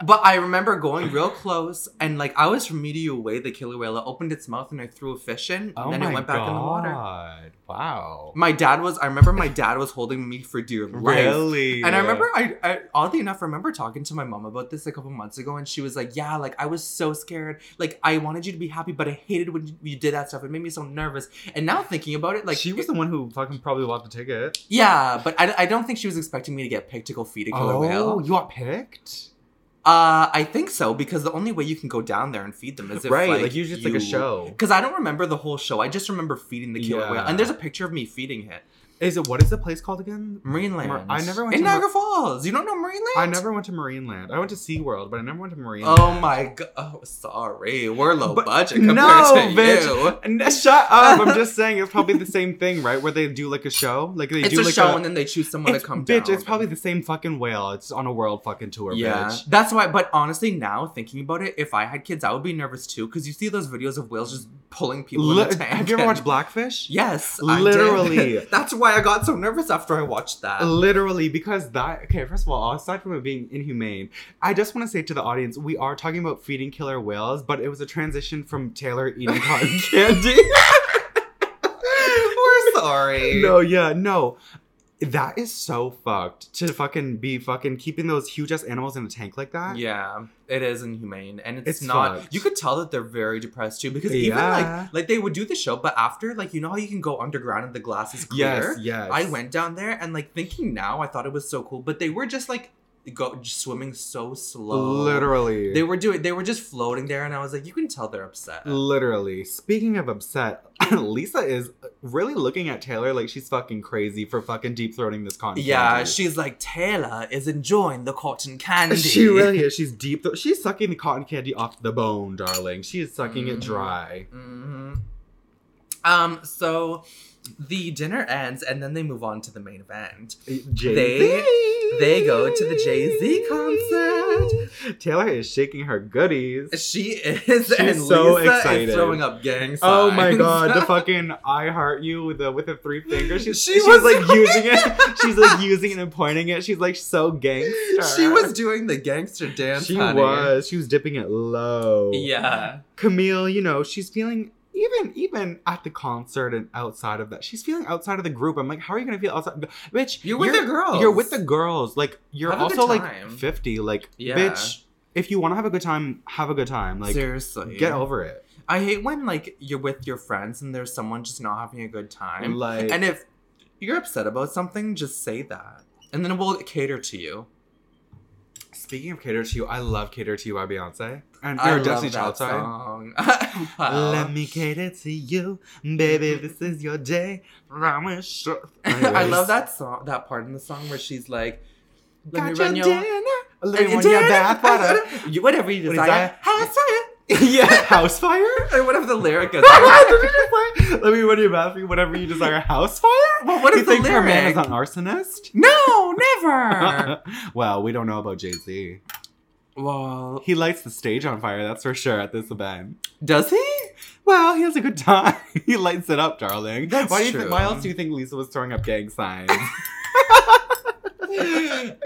[SPEAKER 2] but I remember going real close and like I was from media away. The killer whale opened its mouth and I threw a fish in, and
[SPEAKER 1] oh
[SPEAKER 2] then
[SPEAKER 1] my
[SPEAKER 2] it went back in the water.
[SPEAKER 1] God. Wow.
[SPEAKER 2] My dad was. I remember my dad was holding me for dear life.
[SPEAKER 1] Really?
[SPEAKER 2] And I remember, I, I oddly enough, remember talking to my mom about this a couple months ago, and she was like, "Yeah, like I was so scared. Like I wanted you to be happy, but I hated when you- you did that stuff. It made me so nervous. And now thinking about it, like
[SPEAKER 1] like she was the one who fucking probably bought the ticket.
[SPEAKER 2] yeah, but I, I don't think she was expecting me to get picked to go feed a killer whale.
[SPEAKER 1] Oh, you got picked.
[SPEAKER 2] Uh, I think so because the only way you can go down there and feed them is if
[SPEAKER 1] right,
[SPEAKER 2] like,
[SPEAKER 1] like, usually it's like a show.
[SPEAKER 2] Because I don't remember the whole show. I just remember feeding the killer whale,
[SPEAKER 1] Yeah.
[SPEAKER 2] and there's a picture of me feeding it.
[SPEAKER 1] Is it what is the place called again?
[SPEAKER 2] Marineland.
[SPEAKER 1] I never went
[SPEAKER 2] in
[SPEAKER 1] to Mar-
[SPEAKER 2] Niagara Falls. You don't know Marineland?
[SPEAKER 1] I never went to Marineland. I went to SeaWorld, but I never went to Marineland.
[SPEAKER 2] Oh my god! Oh, sorry, we're low
[SPEAKER 1] But-
[SPEAKER 2] budget compared
[SPEAKER 1] No,
[SPEAKER 2] to
[SPEAKER 1] bitch.
[SPEAKER 2] you.
[SPEAKER 1] And shut up! I'm just saying it's probably the same thing, right? Where they do like a show, like they
[SPEAKER 2] It's
[SPEAKER 1] do
[SPEAKER 2] a
[SPEAKER 1] like
[SPEAKER 2] show,
[SPEAKER 1] a
[SPEAKER 2] and then they choose someone to
[SPEAKER 1] It's-
[SPEAKER 2] come
[SPEAKER 1] bitch.
[SPEAKER 2] down.
[SPEAKER 1] It's probably the same fucking whale. It's on a world fucking tour,
[SPEAKER 2] yeah.
[SPEAKER 1] bitch.
[SPEAKER 2] That's why. But honestly, now thinking about it, if I had kids, I would be nervous too, because you see those videos of whales just pulling people
[SPEAKER 1] Li-
[SPEAKER 2] in the tank.
[SPEAKER 1] have you ever
[SPEAKER 2] and-
[SPEAKER 1] watched Blackfish?
[SPEAKER 2] Yes, I did.
[SPEAKER 1] Literally.
[SPEAKER 2] That's why I got so nervous after I watched that.
[SPEAKER 1] Literally, because that okay. First of all, aside from it being inhumane, I just want to say to the audience, we are talking about feeding killer whales, but it was a transition from Taylor eating cotton candy.
[SPEAKER 2] We're sorry.
[SPEAKER 1] No, yeah, no. That is so fucked to fucking be fucking keeping those huge ass animals in a tank like that.
[SPEAKER 2] Yeah, it is inhumane, and it's,
[SPEAKER 1] It's
[SPEAKER 2] not.
[SPEAKER 1] fucked.
[SPEAKER 2] You could tell that they're very depressed too, because even
[SPEAKER 1] Yeah.
[SPEAKER 2] like like they would do the show, but after like you know how you can go underground and the glass is clear.
[SPEAKER 1] Yes, yes.
[SPEAKER 2] I went down there and like thinking now, I thought it was so cool, but they were just like go just swimming so slow.
[SPEAKER 1] literally.
[SPEAKER 2] they were doing. They were just floating there, and I was like, you can tell they're upset.
[SPEAKER 1] literally. Speaking of upset, Lisa is really looking at Taylor like she's fucking crazy for fucking deep throating this content.
[SPEAKER 2] Yeah, she's like Taylor is enjoying the cotton candy.
[SPEAKER 1] She really is. She's deep. Th- she's sucking the cotton candy off the bone, darling. She is sucking it
[SPEAKER 2] Mhm.
[SPEAKER 1] dry.
[SPEAKER 2] hmm Um. So the dinner ends, and then they move on to the main event.
[SPEAKER 1] Jay-Z.
[SPEAKER 2] they go to the Jay-Z concert.
[SPEAKER 1] Taylor is shaking her goodies.
[SPEAKER 2] She is.
[SPEAKER 1] She's
[SPEAKER 2] and
[SPEAKER 1] so
[SPEAKER 2] Lisa
[SPEAKER 1] excited.
[SPEAKER 2] Is throwing up gang signs.
[SPEAKER 1] Oh my god, the fucking I heart you with the with the three fingers. She's,
[SPEAKER 2] She
[SPEAKER 1] she's
[SPEAKER 2] was-
[SPEAKER 1] like using it. She's like using it and pointing it. She's like so gangster.
[SPEAKER 2] she was doing the gangster dance.
[SPEAKER 1] She
[SPEAKER 2] honey.
[SPEAKER 1] was. She was dipping it low.
[SPEAKER 2] Yeah.
[SPEAKER 1] Camille, you know, she's feeling even even at the concert and outside of that, she's feeling outside of the group. I'm like, how are you gonna feel outside? Bitch,
[SPEAKER 2] You're with the girls.
[SPEAKER 1] You're with the girls. Like you're
[SPEAKER 2] Have a good
[SPEAKER 1] also like
[SPEAKER 2] time.
[SPEAKER 1] 50. Like,
[SPEAKER 2] Yeah.
[SPEAKER 1] bitch, if you want to have a good time, have a good time. Like,
[SPEAKER 2] Seriously.
[SPEAKER 1] get over it.
[SPEAKER 2] I hate when like you're with your friends and there's someone just not having a good time.
[SPEAKER 1] Like,
[SPEAKER 2] and if you're upset about something, just say that, and then we'll cater to you.
[SPEAKER 1] Speaking of Cater to You, I love Cater to You by Beyonce. And
[SPEAKER 2] I
[SPEAKER 1] your
[SPEAKER 2] love
[SPEAKER 1] Destiny
[SPEAKER 2] that
[SPEAKER 1] Child, sorry.
[SPEAKER 2] song. Wow.
[SPEAKER 1] Let me cater to you, baby. This is your day. Promise sure-
[SPEAKER 2] I
[SPEAKER 1] Anyways.
[SPEAKER 2] love that song, that part in the song where she's like, "Let me
[SPEAKER 1] Got
[SPEAKER 2] run
[SPEAKER 1] your
[SPEAKER 2] your,
[SPEAKER 1] dinner. Let
[SPEAKER 2] Uh,
[SPEAKER 1] me run your bath water.
[SPEAKER 2] You- whatever you
[SPEAKER 1] What is
[SPEAKER 2] desire,
[SPEAKER 1] that?
[SPEAKER 2] house fire,
[SPEAKER 1] yeah, house fire.
[SPEAKER 2] or whatever the lyric is."
[SPEAKER 1] Let me run your bath for you, whatever you desire. House fire.
[SPEAKER 2] well, what
[SPEAKER 1] you
[SPEAKER 2] is the
[SPEAKER 1] think her man
[SPEAKER 2] lyric?
[SPEAKER 1] is an arsonist?
[SPEAKER 2] no, never.
[SPEAKER 1] well, we don't know about Jay Z.
[SPEAKER 2] well,
[SPEAKER 1] He lights the stage on fire, that's for sure, at this event.
[SPEAKER 2] does he?
[SPEAKER 1] Well, he has a good time. he lights it up, darling.
[SPEAKER 2] That's
[SPEAKER 1] why do you
[SPEAKER 2] true.
[SPEAKER 1] think? Why else do you think Lisa was throwing up gang signs?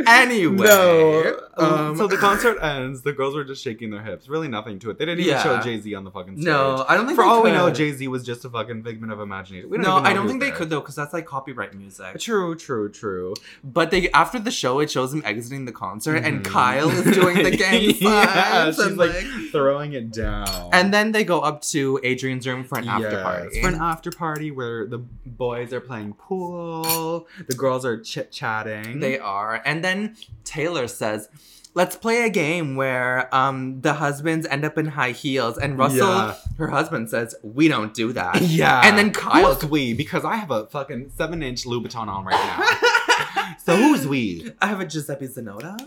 [SPEAKER 1] anyway,
[SPEAKER 2] No,
[SPEAKER 1] um,
[SPEAKER 2] um,
[SPEAKER 1] so the concert ends. The girls were just shaking their hips. Really, nothing to it. They didn't even show
[SPEAKER 2] Yeah.
[SPEAKER 1] Jay Z on the fucking stage.
[SPEAKER 2] No, I don't think
[SPEAKER 1] For
[SPEAKER 2] they
[SPEAKER 1] all we
[SPEAKER 2] could.
[SPEAKER 1] know, Jay Z was just a fucking figment of imagination. We don't
[SPEAKER 2] no,
[SPEAKER 1] even know
[SPEAKER 2] I don't
[SPEAKER 1] he
[SPEAKER 2] think
[SPEAKER 1] was
[SPEAKER 2] they
[SPEAKER 1] there.
[SPEAKER 2] could though, because that's like copyright music.
[SPEAKER 1] True, true, true.
[SPEAKER 2] But they after the show, it shows them exiting the concert,
[SPEAKER 1] Mhm.
[SPEAKER 2] and Kyle is doing the gang signs.
[SPEAKER 1] yeah,
[SPEAKER 2] and,
[SPEAKER 1] she's like, throwing it down.
[SPEAKER 2] and then they go up to Adrian's room for an after
[SPEAKER 1] Yes,
[SPEAKER 2] party.
[SPEAKER 1] For an after party where the boys are playing pool, the girls are chit chatting.
[SPEAKER 2] They are. And then Taylor says, Let's play a game where um the husbands end up in high heels. And Russell,
[SPEAKER 1] Yeah.
[SPEAKER 2] her husband, says, We don't do that.
[SPEAKER 1] Yeah.
[SPEAKER 2] And then Kyle
[SPEAKER 1] Who's we? Because I have a fucking seven inch Louboutin on right now. so who's we?
[SPEAKER 2] I have a Giuseppe Zanotta.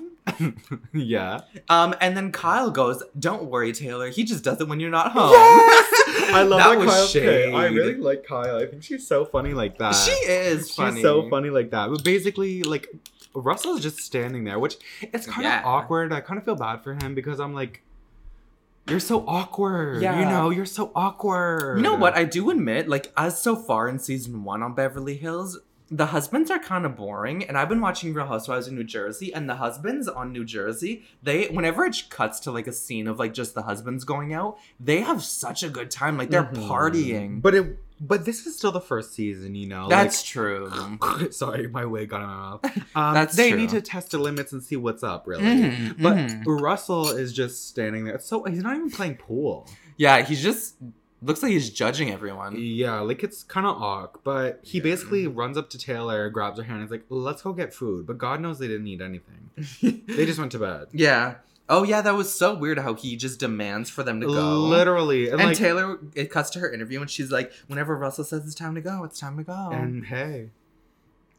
[SPEAKER 1] yeah.
[SPEAKER 2] Um, and then Kyle goes, Don't worry, Taylor, he just does it when you're not home.
[SPEAKER 1] Yes! I love
[SPEAKER 2] That
[SPEAKER 1] that,
[SPEAKER 2] was
[SPEAKER 1] Kyle Pitt. I
[SPEAKER 2] shade.
[SPEAKER 1] really like Kyle. I think she's so funny like that.
[SPEAKER 2] she is funny.
[SPEAKER 1] She's so funny like that. But basically, like Russell's just standing there, which it's kind
[SPEAKER 2] Yeah.
[SPEAKER 1] of awkward. I kind of feel bad for him because I'm like, you're so awkward. You
[SPEAKER 2] Yeah.
[SPEAKER 1] know, you're so awkward.
[SPEAKER 2] You know what? I do admit, like, as so far in season one on Beverly Hills, the husbands are kind of boring. And I've been watching Real Housewives of New Jersey, and the husbands on New Jersey, they, whenever it cuts to like a scene of like just the husbands going out, they have such a good time. Like, they're
[SPEAKER 1] Mhm.
[SPEAKER 2] partying.
[SPEAKER 1] But it, but this is still the first season. You know,
[SPEAKER 2] That's true.
[SPEAKER 1] Like, sorry, my wig got in my mouth. Um,
[SPEAKER 2] That's
[SPEAKER 1] they
[SPEAKER 2] true.
[SPEAKER 1] need to test the limits and see what's up, really.
[SPEAKER 2] Mhm,
[SPEAKER 1] But
[SPEAKER 2] mhm.
[SPEAKER 1] Russell is just standing there. It's So he's not even playing pool.
[SPEAKER 2] yeah, he's just looks like he's judging everyone.
[SPEAKER 1] Yeah, like it's kind of awk, but he
[SPEAKER 2] Um, Yeah.
[SPEAKER 1] basically runs up to Taylor, grabs her hand, and is like, "Let's go get food." But God knows they didn't eat anything. They just went to bed.
[SPEAKER 2] yeah. Oh yeah, that was so weird how he just demands for them to go.
[SPEAKER 1] Literally, and,
[SPEAKER 2] And
[SPEAKER 1] like,
[SPEAKER 2] Taylor, it cuts to her interview, and she's like, "Whenever Russell says it's time to go, it's time to go."
[SPEAKER 1] and hey,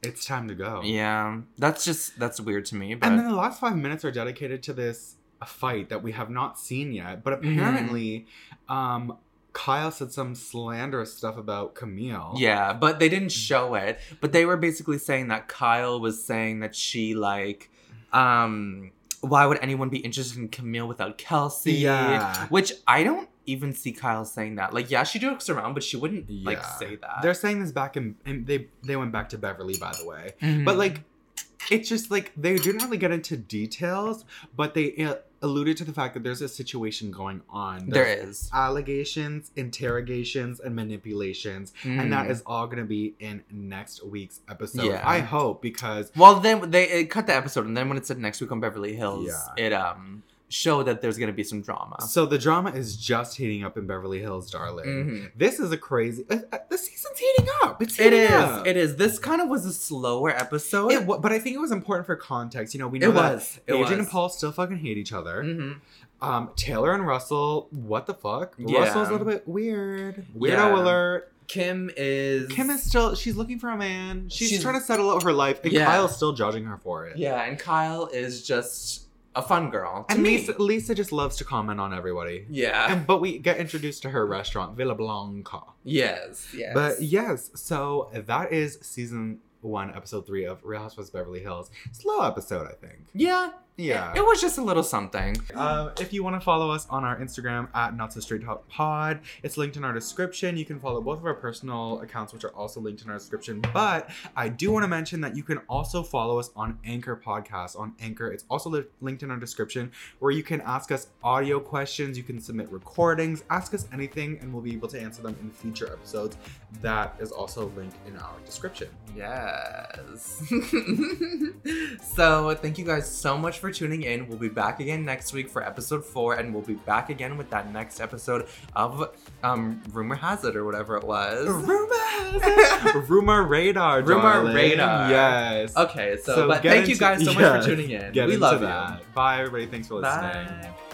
[SPEAKER 1] it's time to go.
[SPEAKER 2] yeah, that's just that's weird to me. But
[SPEAKER 1] And then the last five minutes are dedicated to this fight that we have not seen yet, but
[SPEAKER 2] Mm-hmm.
[SPEAKER 1] apparently, um, Kyle said some slanderous stuff about Camille.
[SPEAKER 2] yeah, but they didn't
[SPEAKER 1] Mm.
[SPEAKER 2] show it. But they were basically saying that Kyle was saying that she like, um, why would anyone be interested in Camille without Kelsey?
[SPEAKER 1] Yeah.
[SPEAKER 2] which I don't even see Kyle saying that. Like, yeah, she jokes around, but she wouldn't like
[SPEAKER 1] Yeah.
[SPEAKER 2] say that.
[SPEAKER 1] They're saying this back in, and they they went back to Beverly, by the way.
[SPEAKER 2] Mhm.
[SPEAKER 1] But like, it's just like they didn't really get into details, but they uh, alluded to the fact that there's a situation going on.
[SPEAKER 2] there
[SPEAKER 1] There's
[SPEAKER 2] is,
[SPEAKER 1] allegations, interrogations, and manipulations, and that
[SPEAKER 2] Mhm.
[SPEAKER 1] is all gonna be in next week's episode.
[SPEAKER 2] Yeah.
[SPEAKER 1] I hope because
[SPEAKER 2] Well, then they it cut the episode, and then when it said next week on Beverly Hills,
[SPEAKER 1] Yeah.
[SPEAKER 2] it um showed that there's gonna be some drama.
[SPEAKER 1] so the drama is just heating up in Beverly Hills, darling.
[SPEAKER 2] Mhm.
[SPEAKER 1] This is a crazy. Uh, uh, the season's heating up. It's
[SPEAKER 2] It
[SPEAKER 1] heating
[SPEAKER 2] is.
[SPEAKER 1] Up.
[SPEAKER 2] It is. This kind of was a slower episode.
[SPEAKER 1] It wa- but I think it was important for context. You know, we
[SPEAKER 2] It
[SPEAKER 1] know that
[SPEAKER 2] was. It
[SPEAKER 1] Adrian
[SPEAKER 2] was.
[SPEAKER 1] and Paul still fucking hate each other.
[SPEAKER 2] Mhm.
[SPEAKER 1] Um, Taylor and Russell, what the fuck?
[SPEAKER 2] Yeah.
[SPEAKER 1] Russell's a little bit weird. Weirdo
[SPEAKER 2] Yeah.
[SPEAKER 1] alert.
[SPEAKER 2] Kim is.
[SPEAKER 1] Kim is still she's looking for a man. She's,
[SPEAKER 2] She's-
[SPEAKER 1] trying to settle out her life, and
[SPEAKER 2] Yeah.
[SPEAKER 1] Kyle's still judging her for it.
[SPEAKER 2] Yeah, and Kyle is just a fun girl. To
[SPEAKER 1] And
[SPEAKER 2] me.
[SPEAKER 1] Lisa, Lisa just loves to comment on everybody.
[SPEAKER 2] Yeah.
[SPEAKER 1] And but we get introduced to her restaurant, Villa Blanca.
[SPEAKER 2] yes. Yes.
[SPEAKER 1] But yes, so that is season one, episode three of Real Housewives of Beverly Hills. Slow episode, I think.
[SPEAKER 2] yeah.
[SPEAKER 1] Yeah.
[SPEAKER 2] It, it was just a little something.
[SPEAKER 1] Um, if you want to follow us on our Instagram at Not So Straight Hot Pod, it's linked in our description. You can follow both of our personal accounts, which are also linked in our description. But I do want to mention that you can also follow us on Anchor Podcasts. On Anchor, it's also li- linked in our description, where you can ask us audio questions, you can submit recordings, ask us anything, and we'll be able to answer them in future episodes. That is also linked in our description.
[SPEAKER 2] Yes. so, thank you guys so much for tuning in. We'll be back again next week for episode four, and we'll be back again with that next episode of um, Rumor Has It or whatever it was.
[SPEAKER 1] Rumors, rumor radar,
[SPEAKER 2] Rumor
[SPEAKER 1] darling.
[SPEAKER 2] radar.
[SPEAKER 1] Yes.
[SPEAKER 2] Okay, so,
[SPEAKER 1] So
[SPEAKER 2] but
[SPEAKER 1] get
[SPEAKER 2] thank you
[SPEAKER 1] into-
[SPEAKER 2] guys so much
[SPEAKER 1] yes,
[SPEAKER 2] for tuning in.
[SPEAKER 1] Get
[SPEAKER 2] we
[SPEAKER 1] into
[SPEAKER 2] love
[SPEAKER 1] that.
[SPEAKER 2] you.
[SPEAKER 1] Bye, everybody. Thanks for listening.
[SPEAKER 2] Bye.